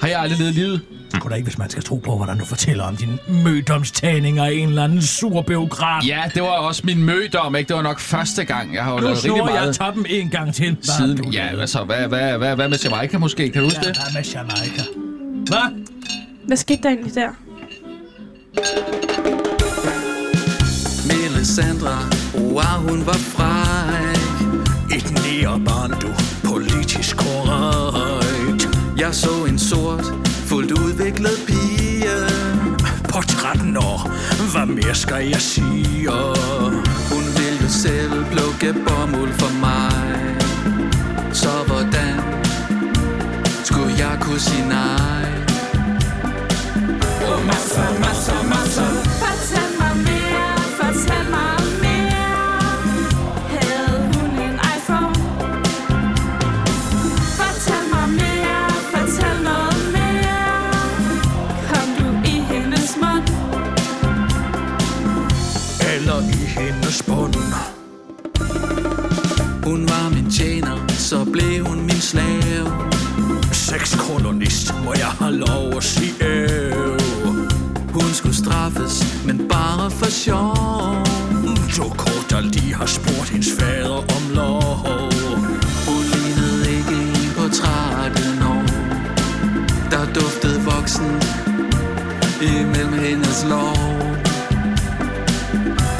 har jeg aldrig levet livet? Kunne da ikke, hvis man skal tro på, hvordan du fortæller om dine mødomstagninger i en eller anden sur biograf. Ja, det var også min mødom, ikke? Det var nok første gang. Jeg har jo nu lavet rigtig snor jeg meget toppen en gang til. Hvad har siden. du Ja, lavet? altså, hvad, hvad, hvad, hvad med Jamaica måske? Kan du huske Ja, det? hvad med Jamaica? Hvad? Hvad skete der egentlig der? Melisandre, wow, hun var fræk Et nærbarn, du politisk korrekt Jeg så en sort, fuldt udviklet pige På 13 år, hvad mere skal jeg sige? Hun ville selv plukke bomuld for mig Så hvordan skulle jeg kunne sige nej? Oh, massa, massa, massa Fortæl mig mere, fortæl mig mere Havde hun en iPhone? Fortæl mig mere, fortæl noget mere Kom du i hendes mund? eller i hendes bund. Hun var min tjener, så blev hun min slave. Sexkolonist, må jeg have lov at sige æv. Hun skulle straffes, men bare for sjov. Du kort, der lige har spurgt hendes fader om lov. Hun lignede ikke en på 13 år. Der duftede voksen imellem hendes lov.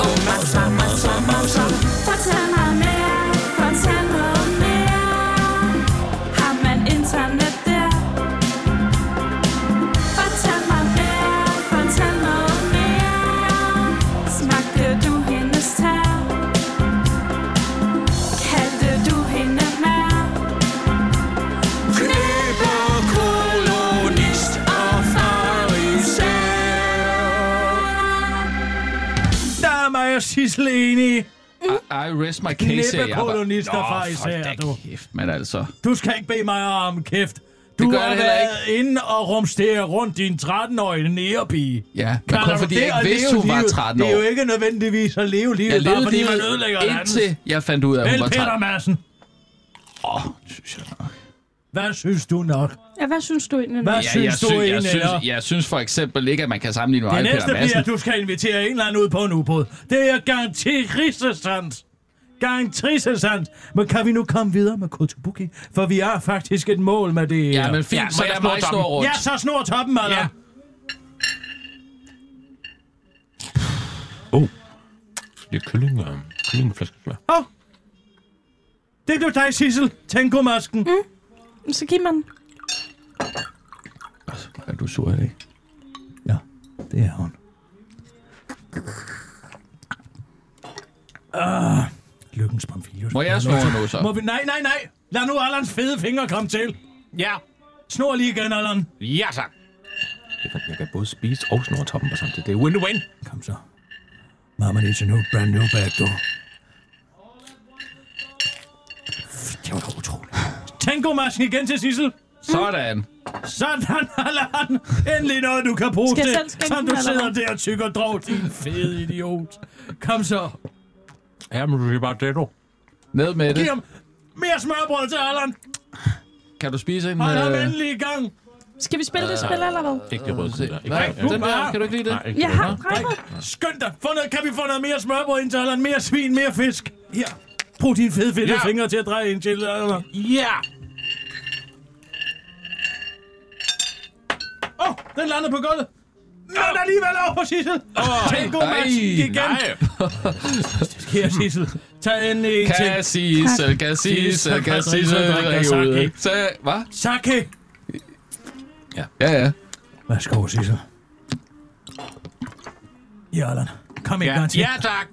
Oh, massa, massa, massa. Fortæl mig mere, fortæl noget mere Har man internet der? Fortæl mig mere, fortæl noget mere Smagte du hendes tær? Kaldte du hende mær? Knæberkolonist og Der er mig og Sissel enige. I, I rest my case, sagde jeg bare. Knippekolonister fra Nå, hold især, da du. kæft, men altså. Du skal ikke bede mig om kæft. Du gør har jeg heller været inde og rumstere rundt din 13-årige nærepige. Ja, men Kalder kun du fordi det jeg at ikke vidste, leve hun var livet? 13 år. Det er jo ikke nødvendigvis at leve livet, Jeg bare levede fordi man livet ødelægger indtil jeg fandt ud af, at hun Vel, var Peter 13. Madsen, Åh, synes jeg nok. hvad synes du nok? Ja, hvad synes du egentlig? nu? Hvad Ja, jeg, synes synes, du jeg, egentlig, synes, eller? jeg synes for eksempel ikke, at man kan sammenligne mig Det med næste Peter bliver, Madsen. at du skal invitere en eller anden ud på en ubåd. Det er garantisesant. Garantisesant. Men kan vi nu komme videre med Kotobuki? For vi er faktisk et mål med det her. Ja, men fint, ja, så jeg meget snor rundt. Ja, så snor toppen, eller? Ja. Det er kylling, øh, kyllingeflæskesmør. Oh. Det blev dig, Sissel. Tenko-masken. Mm. Så giv mig den. Er du sur i dag? Det er hun. Ah, lykkens Pamphilius. Må jeg snore nu, så? Må vi... Nej, nej, nej. Lad nu Allans fede fingre komme til. Ja. Snor lige igen, Allan. Ja, tak. Det er fandme, Jeg kan både spise og snore toppen på samtidig. Det er win-win. Kom så. Mama needs a new brand new bag door. Det var da utroligt. Tango-masken igen til Sissel. Sådan. Sådan, (laughs) Allan. Endelig noget, du kan bruge Skal jeg selv til, skænke den, som du eller sidder hvad? der og tykker drog, din fede idiot. Kom så. Jamen, det er bare det, du. Ned med Giv det. ham mere smørbrød til Allan. Kan du spise en... Hold ham øh, endelig i gang. Skal vi spille det Nej. spil, Øh. eller hvad? Ikke det røde kugler. Ikke Nej, det røde den kugler. der, kan du ikke lide den? Nej, ikke Jeg det. har Dreng, skynd dig. Få noget, kan vi få noget mere smørbrød ind til Allan? Mere svin, mere fisk. Her. Brug dine fede, fede Ja. fingre til at dreje ind til Allan. Ja! Åh, oh, den landede på gulvet. Men alligevel over på Sissel. Oh, Tag en god nej, match igen. nej. Her, Sissel. Tag en en til. Kan Sissel, kan Sissel, kan Sissel, række ud. Så, hvad? Sake. Ja, ja. Værsgo, Sissel. Ja, Allan. Kom en Ja, gang til. ja tak.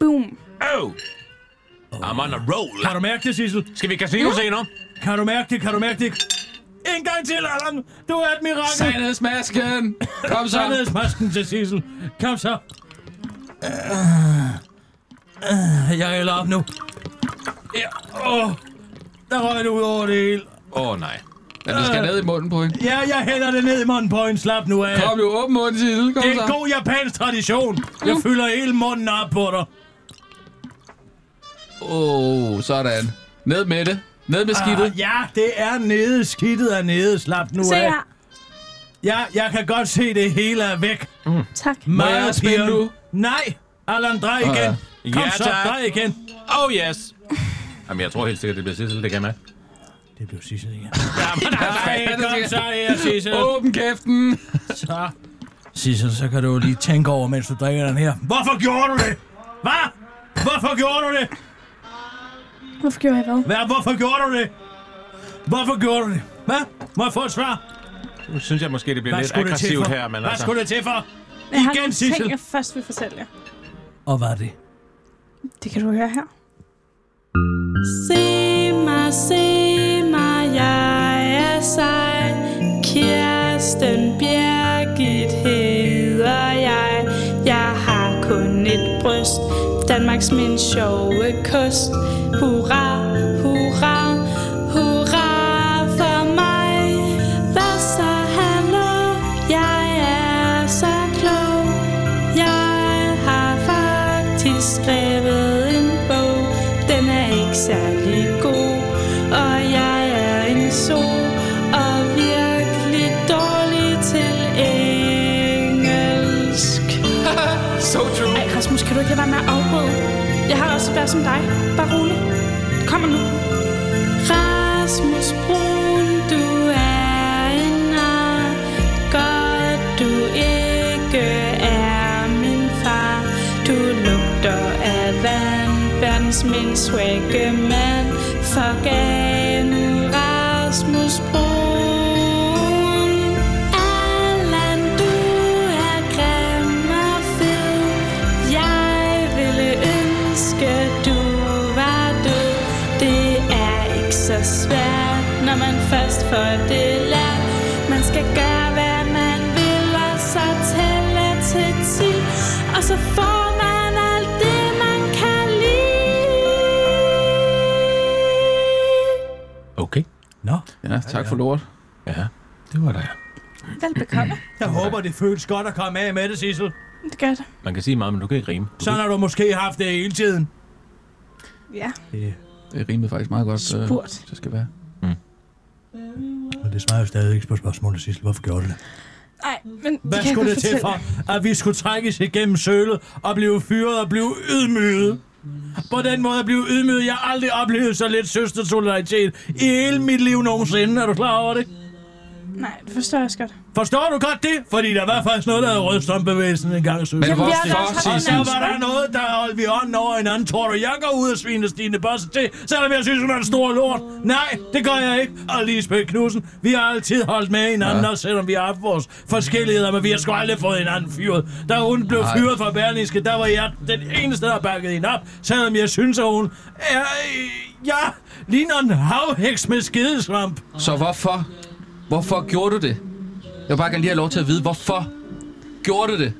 Boom. Oh. I'm on a roll. Kan du mærke det, Sissel? Skal vi casino se nu? Kan du mærke det? Kan du mærke det? En gang til, Allan. Du er et mirakel. Sandhedsmasken. Kom (coughs) så. Sandhedsmasken til Sissel. Kom så. Øh, øh, Jeg hælder op nu. Ja, åh. Der røg du ud over det hele. Åh, oh, nej. Men det skal Øh. ned i munden på hende. Ja, jeg hælder det ned i munden på en slap nu af. Kom nu, åben munden, Sissel. Kom Det er så. en god japansk tradition. Jeg fylder hele munden op på dig. Åh, oh, sådan. Ned med det. Ned med skidtet. Ah, ja, det er nede. Skidtet er nede. Slap nu Se af. her. Ja, jeg kan godt se, det hele er væk. Tak. Må jeg Meget spille pirrende. nu? Nej, Allan, drej Ah, igen. Kom Ja, så, tak. drej igen. Oh yes. Jamen, jeg tror helt sikkert, det bliver Sissel, det kan jeg Det blev Sissel igen. Nej, Ej, kom så her, Sissel. Åben kæften. Så. Sissel, så kan du lige tænke over, mens du drikker den her. Hvorfor gjorde du det? Hvad? Hvorfor gjorde du det? Hvorfor gjorde jeg hvad? Hvad? Hvorfor gjorde du det? Hvorfor gjorde du det? Hvad? Må jeg få et svar? Nu synes jeg måske, det bliver lidt skulle det til aggressivt for? her, men Hvad altså... skulle det til for? Jeg har Igen, nogle Sissel. ting, jeg først vil fortælle jer. Og var det? Det kan du høre her. Se mig, se mig, jeg er sej. Kirsten Birgit hedder jeg. Jeg har kun et bryst. Danmarks min sjove kost. Hurra, hurra, hurra for mig. Hvad så, hallo? Jeg er så klog. Jeg har faktisk skrevet en bog. Den er ikke særlig god, og jeg er en sol og virkelig dårlig til engelsk. So true. Ej, Rasmus, kan du ikke lade være med at afbryde? Jeg har også været som dig. Bare rolig. Det kommer nu. Rasmus Brun, du er en nar. Godt, du ikke er min far. Du lugter af vand, verdens mindst svække mand. Fuck af nu, Rasmus Brun. Allan, du er grim og fed. Jeg ville ønske, du var død. Det er ikke så svært, når man først får det lært. Man skal gøre, hvad man vil, og så tælle til 10. Og så får man alt det, man kan lide. Okay. Nå, Ja, tak for lort. Ja, det var det. Velbekomme. jeg håber, det føles godt at komme af med det, Sissel. Det gør det. Man kan sige meget, men du kan ikke rime. Sådan har du måske haft det hele tiden. Ja. Det rimede faktisk meget godt. øh, Spurt. Det skal være. Men det svarer jo stadig ikke på spørgsmålet, Sissel. Hvorfor gjorde du det? Nej, men det Hvad kan skulle jeg det godt til fortælle for, at vi skulle trækkes igennem sølet og blive fyret og blive ydmyget? På den måde at blive ydmyget. Jeg har aldrig oplevet så lidt søstersolidaritet i hele mit liv nogensinde. Er du klar over det? jer. Nej, det forstår jeg også godt. Forstår du godt det? Fordi der var faktisk noget, der havde rødstombevægelsen en gang, synes Men jeg. vi har da hvorfor, også haft Og så Sissel? hinanden. var der noget, der holdt vi hånden over hinanden. Tror du, jeg går ud og sviner Stine Bosse til, selvom jeg synes, hun er en stor lort? Nej, det gør jeg ikke. Og Lisbeth Knudsen, vi har altid holdt med hinanden, ja. også selvom vi har haft vores forskelligheder, men vi har sgu aldrig fået hinanden fyret. Da hun blev Nej. fyret fra Berlingske, der var jeg den eneste, der bakkede hende op, selvom jeg synes, at hun er... øh, Ja, ligner en havheks med skidesvamp. Så hvorfor? Hvorfor gjorde du det? Jeg vil bare gerne lige have lov til at vide, hvorfor gjorde du det?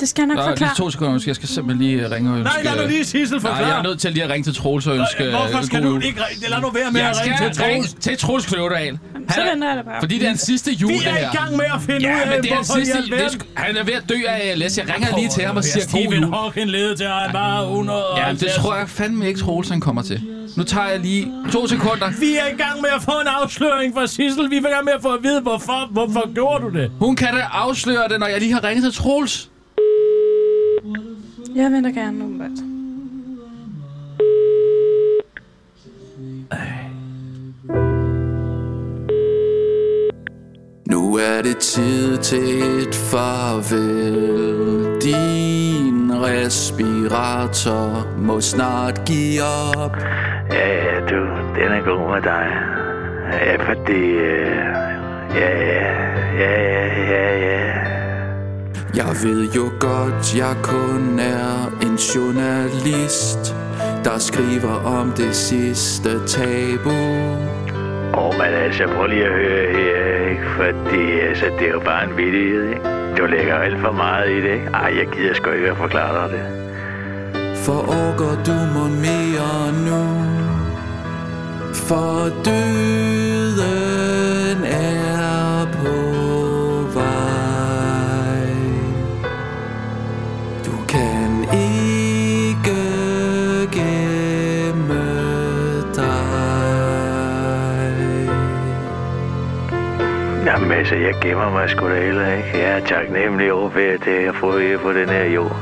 Det skal jeg nok Nå, forklare. lige to sekunder, måske. jeg skal simpelthen øh, lige ringe og ønske... lad nu lige Sissel Nej, forklare. jeg er nødt til lige at ringe til Troels og ønske... Øh, øh, Hvorfor skal du ikke ringe? Lad nu være med at ringe til Troels. til Troels Kløvedal. så venter jeg da bare. Fordi det er den sidste jul, Vi det er i her. gang med at finde ja, ud af, men det er den hvorfor de sidste, er det er sgu- Han er ved at dø af ALS. Jeg ringer lige til ham og siger god Stephen jul. Hawking leder til at bare 100 Ja, men det tror jeg fandme ikke, Troels han kommer til. Nu tager jeg lige to sekunder. Vi er i gang med at få en afsløring fra Sissel. Vi er i gang med at få at vide, hvorfor, hvorfor gjorde du det? Hun kan da afsløre det, når jeg lige har ringet til Troels. Jeg venter gerne nu, men... Nu er det tid til et farvel Din respirator må snart give op Ja, ja, du, den er god med dig. Ja, fordi... øh, Ja, ja, ja, ja, ja, ja. Jeg ved jo godt, jeg kun er en journalist Der skriver om det sidste tabu Åh, oh, men altså, prøv lige at høre her, ikke? Fordi altså, det er jo bare en vittighed, ikke? Du lægger alt for meget i det, ikke? Ej, jeg gider sgu ikke at forklare dig det. For orker du må mere nu For døden er på vej Du kan ikke gemme dig Jamen altså, jeg gemmer mig sgu da heller ikke. Jeg er taknemmelig over for det, jeg får her på den her jord.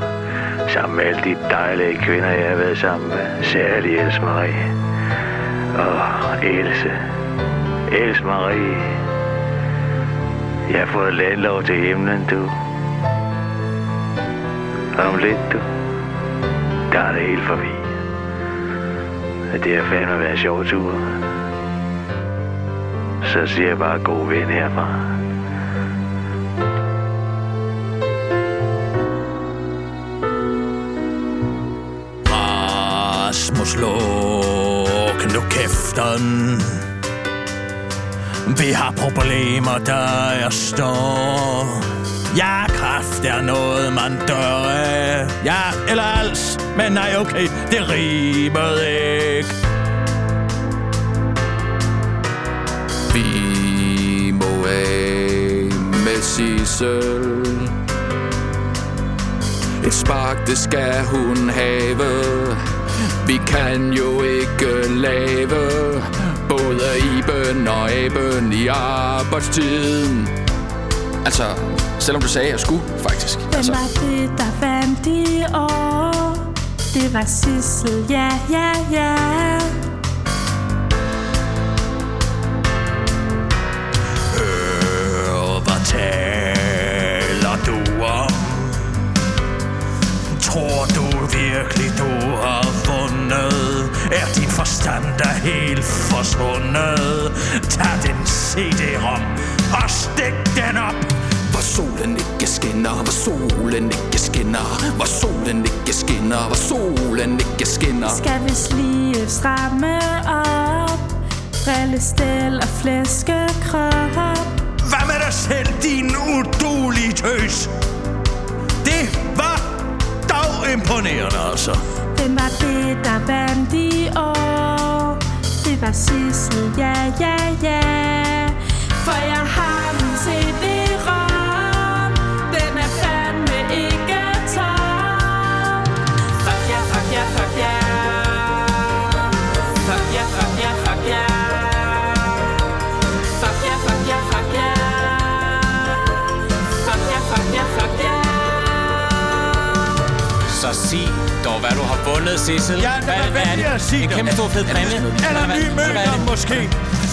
Sammen med alle de dejlige kvinder, jeg har været sammen med. Særligt Else Marie. Og Else. Else Marie. Jeg har fået landlov til himlen, du. Om lidt, du. Der er det helt forbi. Og det har fandme været en sjov tur. Så siger jeg bare god ven herfra. Rasmus luk nu kæften Vi har problemer, der er står Ja, kraft er noget, man dør af Ja, eller als Men nej, okay, det rimede ikke Vi må af med Sissel Et spark, det skal hun have Vi kan jo ikke lave Både Iben og Aben i arbejdstiden Altså, selvom du sagde, at jeg skulle, faktisk Hvem altså. var det, der vandt i år? Det var Sissel, ja, ja, ja. Hør, hvad taler du om? Tror du virkelig, du har vundet? Er din forstand der helt forsvundet? Tag den CD-rom og stik den op! Hvor solen ikke skinner, hvor solen ikke skinner Hvor solen ikke skinner, hvor solen ikke skinner Skal vist lige stramme op. Brillestel og flæskekrop. Hvad med dig selv, din udulige tøs? Det var dog imponerende, altså. Hvem var det, der vandt i år? Det var Sissel, ja, ja, ja. For jeg har min CD-rom. Den er fandme ikke tom. Fuck ja, fuck ja, fuck ja. Fuck ja, fuck ja, fuck ja. Fuck ja, fuck ja, fuck ja. Fuck ja, fuck ja, fuck ja. Så sig dog, hvad du har vundet, Sissel. Ja, lad være hvad er med det? at sige En det. kæmpe stor fed præmie. Eller hvad- ny hvad er møder det? måske.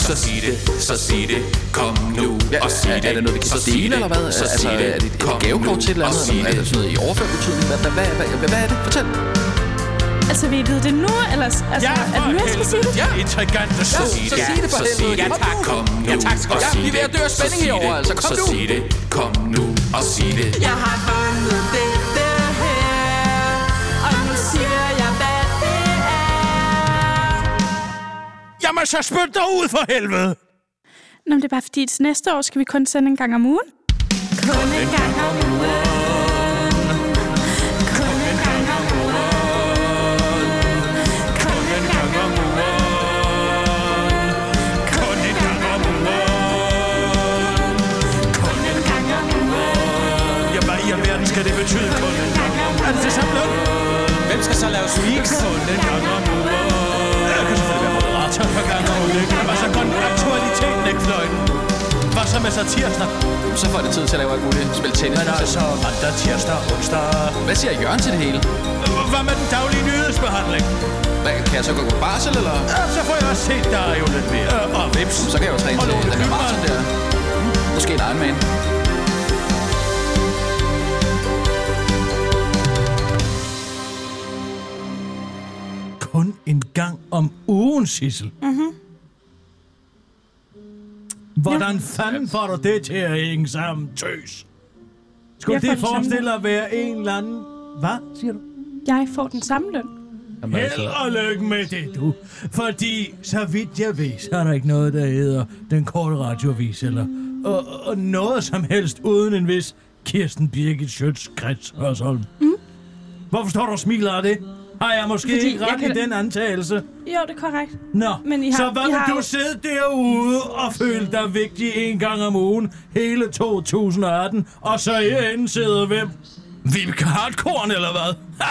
Så sig det, så sig det, kom nu ja, og sig det. Er det noget, vi kan Så sig dele, det, eller hvad? altså, så sig det, er det et kom gavekort nu til et eller og andet? sig eller er det sådan noget i overført betydning? Hvad, hvad, hvad, hvad, hvad, hvad er det? Fortæl. Altså, vil I vide det nu, eller altså, Ja, er det nu, jeg skal sige det? Ja. Intrigant og Så sig det, så sig det, kom nu og sig det. Så sig det, så sig det, kom nu og sig det. Jeg har vundet det, det her Og nu siger jeg, hvad det Jamen, så spyt dig ud for helvede! Nå, men det er bare fordi, til næste år skal vi kun sende en gang om ugen. Kun en gang om ugen skal det betyde kun en gang om ugen. Er det til samme løn? Hvem skal så lave sneaks? Kun en gang om ugen. Jeg kan selvfølgelig være moderator for gang om ugen, ikke? Men så går den aktualiteten ikke fløjten. Hvad så med så tirsdag? Så får det tid til at lave alt muligt. Spille tennis. Men altså, mandag, tirsdag og onsdag. Hvad siger Jørgen til det hele? Hvad med den daglige nyhedsbehandling? Hvad, kan jeg så gå på barsel, eller? Ja, så får jeg også set, der er jo lidt mere. Øh, og vips. Så kan jeg jo træne til den her maraton der. Måske en Ironman. Kun en gang om ugen, Sissel. Mm-hmm. Hvordan fanden får du det til at hænge sammen, tøs? Skulle Jeg får det det samme. forestille at være en eller anden... Hvad siger du? Jeg får den samme løn. Jamen, Held og lykke med det, du. Fordi, så vidt jeg ved, så er der ikke noget, der hedder den korte radiovis, eller og, og noget som helst, uden en vis Kirsten Birgit Schøtz Krets Hørsholm. Mm. Hvorfor står du og smiler af det? Har jeg måske Fordi Fordi ikke jeg ret kan- i den antagelse? Jo, det er korrekt. Nå, Men I har- så hvad I vil har du jo- sidde derude og føle dig vigtig en gang om ugen hele 2018, og så herinde sidder hvem? Vibeke Hardkorn, eller hvad? (laughs)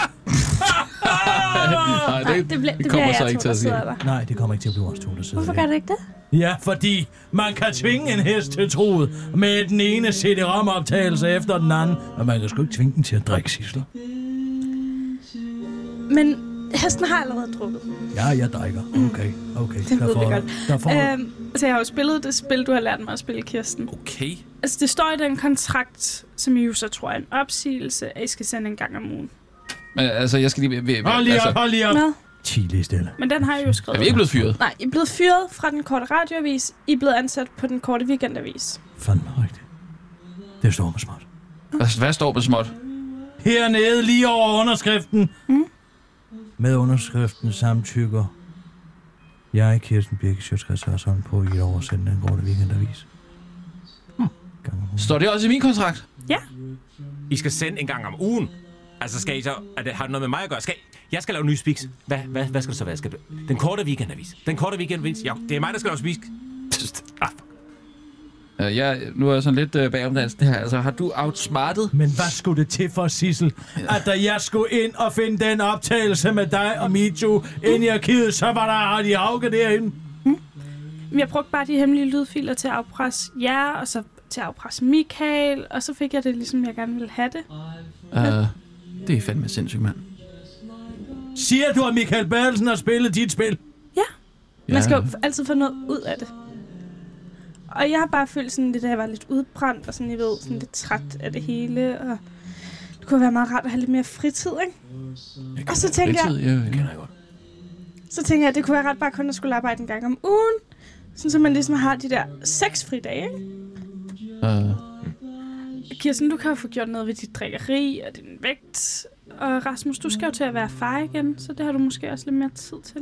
Nej, det- Nej, det bliver- det det kommer bliver så jer ikke to, til at der ske. sidder der. Nej, det kommer ikke til at blive os to, der sidder Hvorfor der. gør det ikke det? Ja, fordi man kan tvinge en hest til troet med den ene CD-ROM-optagelse efter den anden, men man kan sgu ikke tvinge den til at drikke, Sisler. Men hesten har allerede drukket. Ja, jeg drikker. Okay, okay. Det ved vi du- godt. Der får du- Øhm, så jeg har jo spillet det spil, du har lært mig at spille, Kirsten. Okay. Altså, det står i den kontrakt, som I jo så tror er en opsigelse, at I skal sende en gang om ugen. Men altså, jeg skal lige... Vi, altså, Hold lige op, hold lige op. Hvad? Ti lige stille. Men den har I jo skrevet. Er vi ikke blevet fyret? Nej, I er blevet fyret fra den korte radioavis. I er blevet ansat på den korte weekendavis. Fanden rigtigt. Det står med småt. Hvad, hvad står på småt? Hernede lige over underskriften. Mm. Med underskriften samtykker. Jeg, Kirsten Birke Sjøtskreds Hørsholm, på i et oversendende en korte weekendavis. Mm. Står det også i min kontrakt? Ja. I skal sende en gang om ugen. Altså, skal I så... Er det, har det noget med mig at gøre? Skal, jeg skal lave nye speaks. Hvad, hvad, hvad skal det så være? Skal det, den korte weekendavis. Den korte weekendavis. Ja, det er mig, der skal lave speaks. Ah, Øh, jeg, nu er jeg sådan lidt øh, bagom dansen her. Altså, har du outsmartet? Men hvad skulle det til for, Sissel? At da jeg skulle ind og finde den optagelse med dig og Mijo ind i arkivet, så var der Hardy Hauke derinde. Men jeg brugte bare de hemmelige lydfiler til at afpresse jer, og så til at afpresse Michael, og så fik jeg det, ligesom jeg gerne ville have det. Uh, det er fandme sindssygt, mand. Siger du, at Michael Bertelsen har spillet dit spil? Man skal jo f- altid få noget ud af det. Og jeg har bare følt sådan lidt, at jeg var lidt udbrændt, og sådan, I ved, sådan lidt træt af det hele, og det kunne være meget rart at have lidt mere fritid, ikke? Og så tænker jeg, ja, ja. Kender jeg godt. så tænker jeg, at det kunne være ret bare kun at skulle arbejde en gang om ugen, sådan så man ligesom har de der seks fridage, ikke? Uh, Kirsten, du kan jo få gjort noget ved dit drikkeri og din vægt. Og Rasmus, du skal jo til at være far igen, så det har du måske også lidt mere tid til.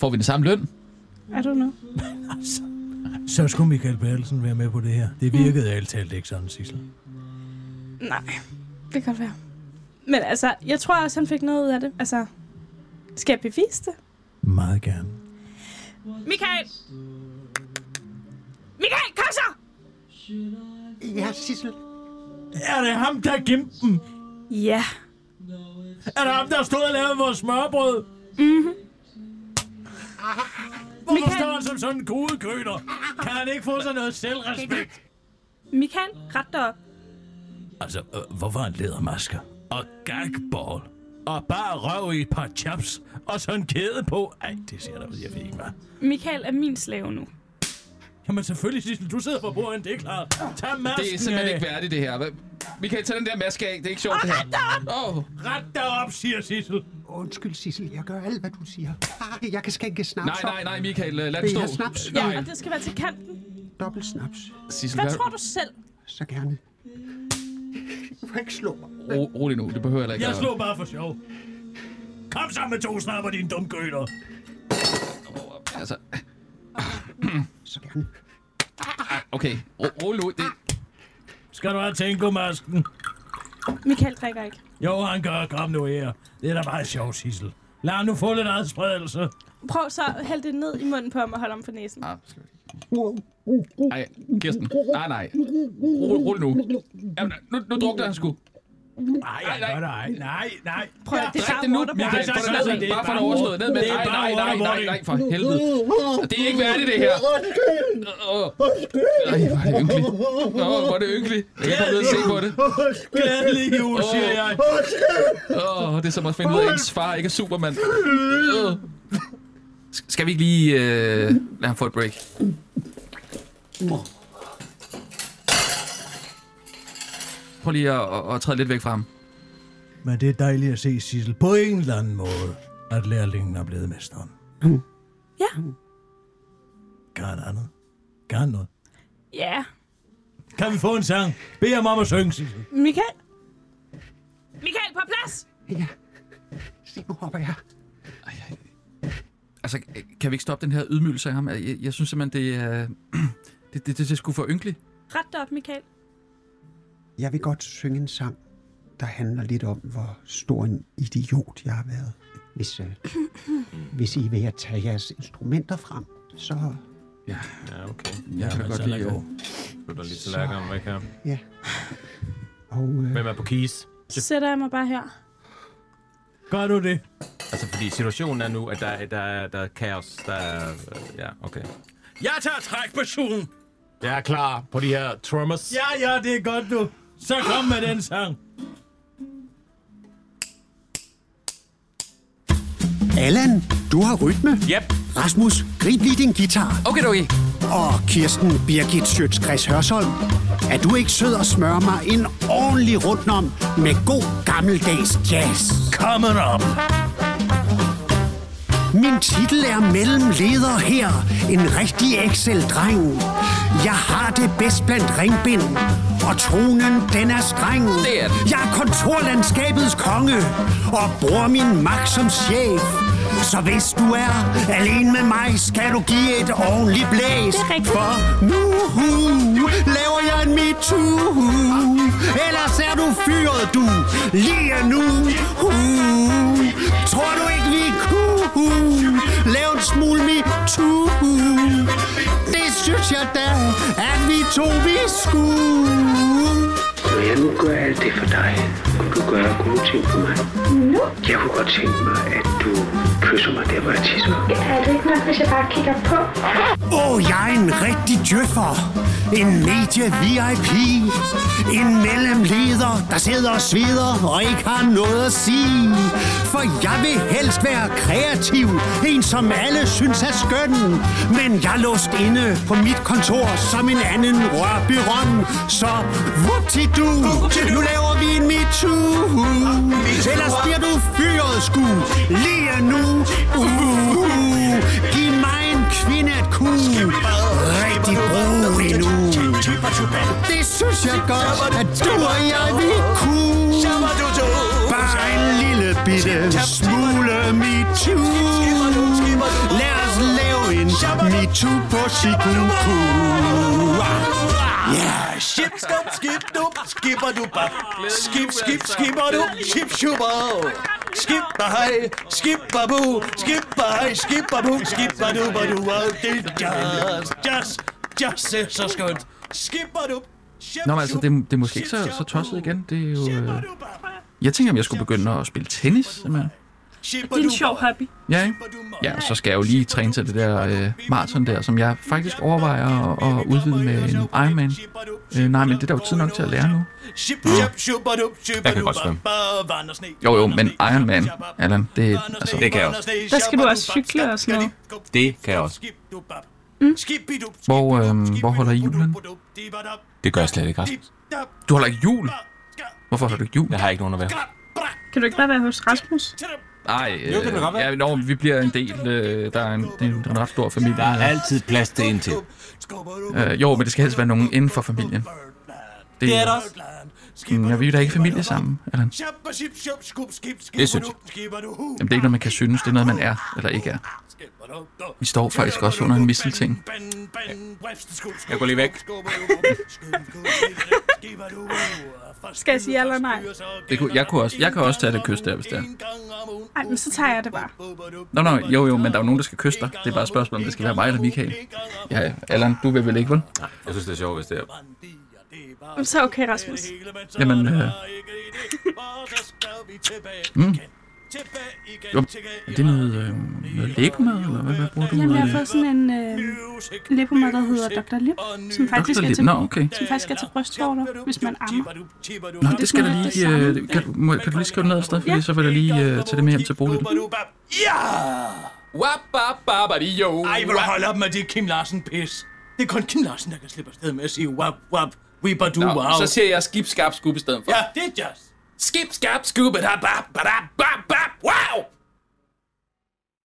får vi den samme løn? Er du nu? Så skulle Michael Bertelsen være med på det her. Det virkede alt talt ikke sådan, Sissel. Nej, det kan godt være. Men altså, jeg tror også, han fik noget ud af det. Altså, skal jeg bevise det? Meget gerne. Michael! Michael, kom så! Ja, Sissel. Er det ham, der gemte dem? Ja. Er det ham, der stod og lavede vores smørbrød? Mhm. Hvorfor Michael... står han som sådan en kudekrytter? Kan han ikke få sig noget selvrespekt? Michael, ret dig op. Altså, øh, hvorfor en lædermaske? Og gagball. Og bare røv i et par chaps. Og så en kæde på. Ej, det ser der ud, jeg ved ikke, hvad. Michael er min slave nu. Jamen selvfølgelig, Sissel, du sidder på bordet, det er klart. Tag masken øh. Det er simpelthen af. ikke værdigt, det her. Hvad- Michael, tag den der maske af. Det er ikke sjovt, Og det her. Ah, ret dig op! Oh. Ret dig op, siger Sissel. Undskyld, Sissel, jeg gør alt, hvad du siger. Ah, Jeg kan skænke snaps Nej, nej, op. nej, Michael. øh, Vil Lad det I stå. have snaps? Nej. Og det skal være til kanten. Dobbelt snaps. Sissel, Hvad tror du selv? Så gerne. Du kan ikke slå mig. Ro, rolig nu. Det behøver heller ikke Jeg at- slog bare for sjov. Kom så med to snapper, din dumme gøder. Altså... Ah, Okay, ro, rolig nu. Det... Skal du have tænkomasken? Michael drikker ikke. Jo, han gør. Kom nu her. Det er da bare sjovt, Sissel. Lad ham nu få lidt adspredelse. Prøv så at hælde det ned i munden på ham og holde om for næsen. Ah, Ej, Kirsten. Nej, nej. Rolig, rolig nu. Jamen, nu, nu drukner han sgu. Nej, nej, nej, nej, nej. Prøv at- det er bare morder, Michael. Michael. Få det Få det ned, altså- ned. Bare få det overstået. Ned med det. Nej, nej, nej, nej, nej, for helvede. Det er ikke værdigt, det her. Undskyld. Ej, hvor er det ynkeligt. Nå, hvor er det ynkeligt. Jeg kan komme ned og se på det. Glædelig jul, siger jeg. Åh, det er som at finde ud af, at ens far ikke er Superman. Øh. S- Skal vi ikke lige øh, lade ham få et break? Prøv lige at, at, at træde lidt væk fra ham. Men det er dejligt at se Sissel på en eller anden måde, at lærlingen er blevet mesteren. Ja. Gerne andet. Gerne noget. Ja. Kan vi få en sang? Bed ham om at synge, Sissel. Michael? Michael, på plads! Sig, nu hopper jeg. Altså, kan vi ikke stoppe den her ydmygelse af ham? Jeg, jeg synes simpelthen, det er... (clears throat) Det, det, det, det er sgu for ynkeligt. Ret dig op, Michael. Jeg vil godt synge en sang, der handler lidt om, hvor stor en idiot jeg har været. Hvis, (clears throat) øh, hvis I vil at tage jeres instrumenter frem, så... Ja, ja okay. Ja, Jeg kan men godt så lide øh, lad jo. gå. Flytter lige tallerkenerne væk her. Ja. Og, øh, Hvem er på keys? Så sætter jeg mig bare her. Gør du det? Altså, fordi situationen er nu, at der, er- der, er- der er kaos. Der er, øh, ja, okay. Jeg tager trækpersonen. Jeg er klar på de her trummers. Ja, ja, det er godt nu. Så kom med den sang. Allan, du har rytme. Yep. Rasmus, grib lige din guitar. Okay, du Og Kirsten Birgit Sjøtskreds Hørsholm, er du ikke sød og smøre mig en ordentlig rundom med god gammeldags jazz? Coming up. Min titel er mellemleder her, en rigtig Excel-dreng. Jeg har det bedst blandt ringbind, og tronen den er streng. Det er Jeg er kontorlandskabets konge, og bruger min magt som chef. Så hvis du er alene med mig, skal du give et ordentligt blæs. Det er rigtigt. For nu laver jeg en MeToo. Ellers er du fyret, du, lige nu. Tror du ikke, vi kunne lave en smule MeToo? Det synes jeg da, at vi to vi skulle. Når jeg nu gør alt det for dig, kunne du gøre gode ting for mig? Nu? Jeg kunne godt tænke mig, at du kysser mig der, hvor jeg tisser. Er det ikke nok, hvis jeg bare kigger på? Åh, oh, jeg er en rigtig djøffer. En medie-VIP. En mellemleder, der sidder og sveder og ikke har noget at sige. For jeg vil helst være kreativ. En, som alle synes er skøn. Men jeg er låst inde på mit kontor som en anden rørbyron. Så vupti-du, nu laver vi en MeToo. Ellers bliver du fyret, sku. Lige nu. Uh, giv mig en kvinde at kunne rigtig bruge endnu. Det synes jeg godt, at du og jeg vi kunne. Bare en lille bitte smule MeToo. Lad os lave en MeToo på Shikuku. Yeah, Skip, skip, skip, dup, skipper du bare. Skip, skip, skipper du, skip, super. Skip, hej, skip, babu, skip, hej, skip, babu, skip, badu, badu, wow, det er just, just, just, det er så skønt. Skipper du, Nå, men altså, det, det er måske ikke så, så tosset igen. Det er jo... Øh... Jeg tænker, om jeg skulle begynde at spille tennis, simpelthen. skipper Det er du. en sjov hobby. Ja, ikke? Ja, så skal jeg jo lige træne til det der øh, maraton der, som jeg faktisk overvejer at, at udvide med en Ironman. Øh, nej, men det er der jo tid nok til at lære nu. Ship, ship, shubba, dup, shubba, Jeg kan godt svømme. dubba, vand og sne. Jo, jo, men Ironman, Allan, det, altså, Det kan jeg også. Der skal du også cykle og sådan noget. Det kan jeg også. Mm. Hvor, øh, hvor holder I julen? Det gør jeg slet ikke, Rasmus. Du holder ikke jul? Hvorfor holder du ikke jul? Jeg har ikke nogen at være. Kan du ikke bare være hos Rasmus? Nej, øh, Jo, det kan det godt ja, nå, vi bliver en del. Øh, der er en, det er en ret stor familie. Der er altid plads til en til. Øh, jo, men det skal helst være nogen inden for familien. Det er der også. Mm, ja, vi er da ikke familie sammen, Allan. Shubba, ship, shub, skub, skip, skipper Det synes du, jeg. skipper du, hu. Jamen, det er ikke noget, man kan synes. Det er noget, man er eller ikke er. Vi står faktisk også under en mistelting. Jeg går lige væk. Skal jeg sige ja eller nej? Det kunne, jeg, kunne også, jeg kan også tage det kys der, hvis det er. Nej, men så tager jeg det bare. Nå, nå, jo, jo, men der er jo nogen, der skal kysse dig. Det er bare et spørgsmål, om det skal være mig eller Michael. Ja, Allan, du vil vel ikke, vel? Nej, jeg synes, det er sjovt, hvis det er. Jamen, Så okay, Rasmus. Jamen, øh, og så skal vi tilbage Mm. igen. Tilbage igen, Jo, tilbage er det noget, øh, noget lægemad, eller hvad, hvad bruger du? Jamen, jeg har øh? fået sådan en øh, læbomad, der hedder Dr. Lip, som faktisk, er Lip, til, nå, okay. som faktisk er til brystvorter, hvis man ammer. Nå, Og er det skal der sådan lidt lige... det Øh, kan, du- må, kan du lige skrive det ned et sted, fordi så vil jeg lige øh, tage det med hjem til Bodil. Ja! Wap-bap-bap-bap-yo! Ej, vil du holde op med det Kim Larsen-pis? Det er kun Kim Larsen, der kan slippe afsted med at sige wap, wap, wibadu, Nå, wow. så siger jeg skib, skab, skub i stedet for. Ja, det er just. Skib, skab, skub, da, ba, ba, da, ba, ba, wow!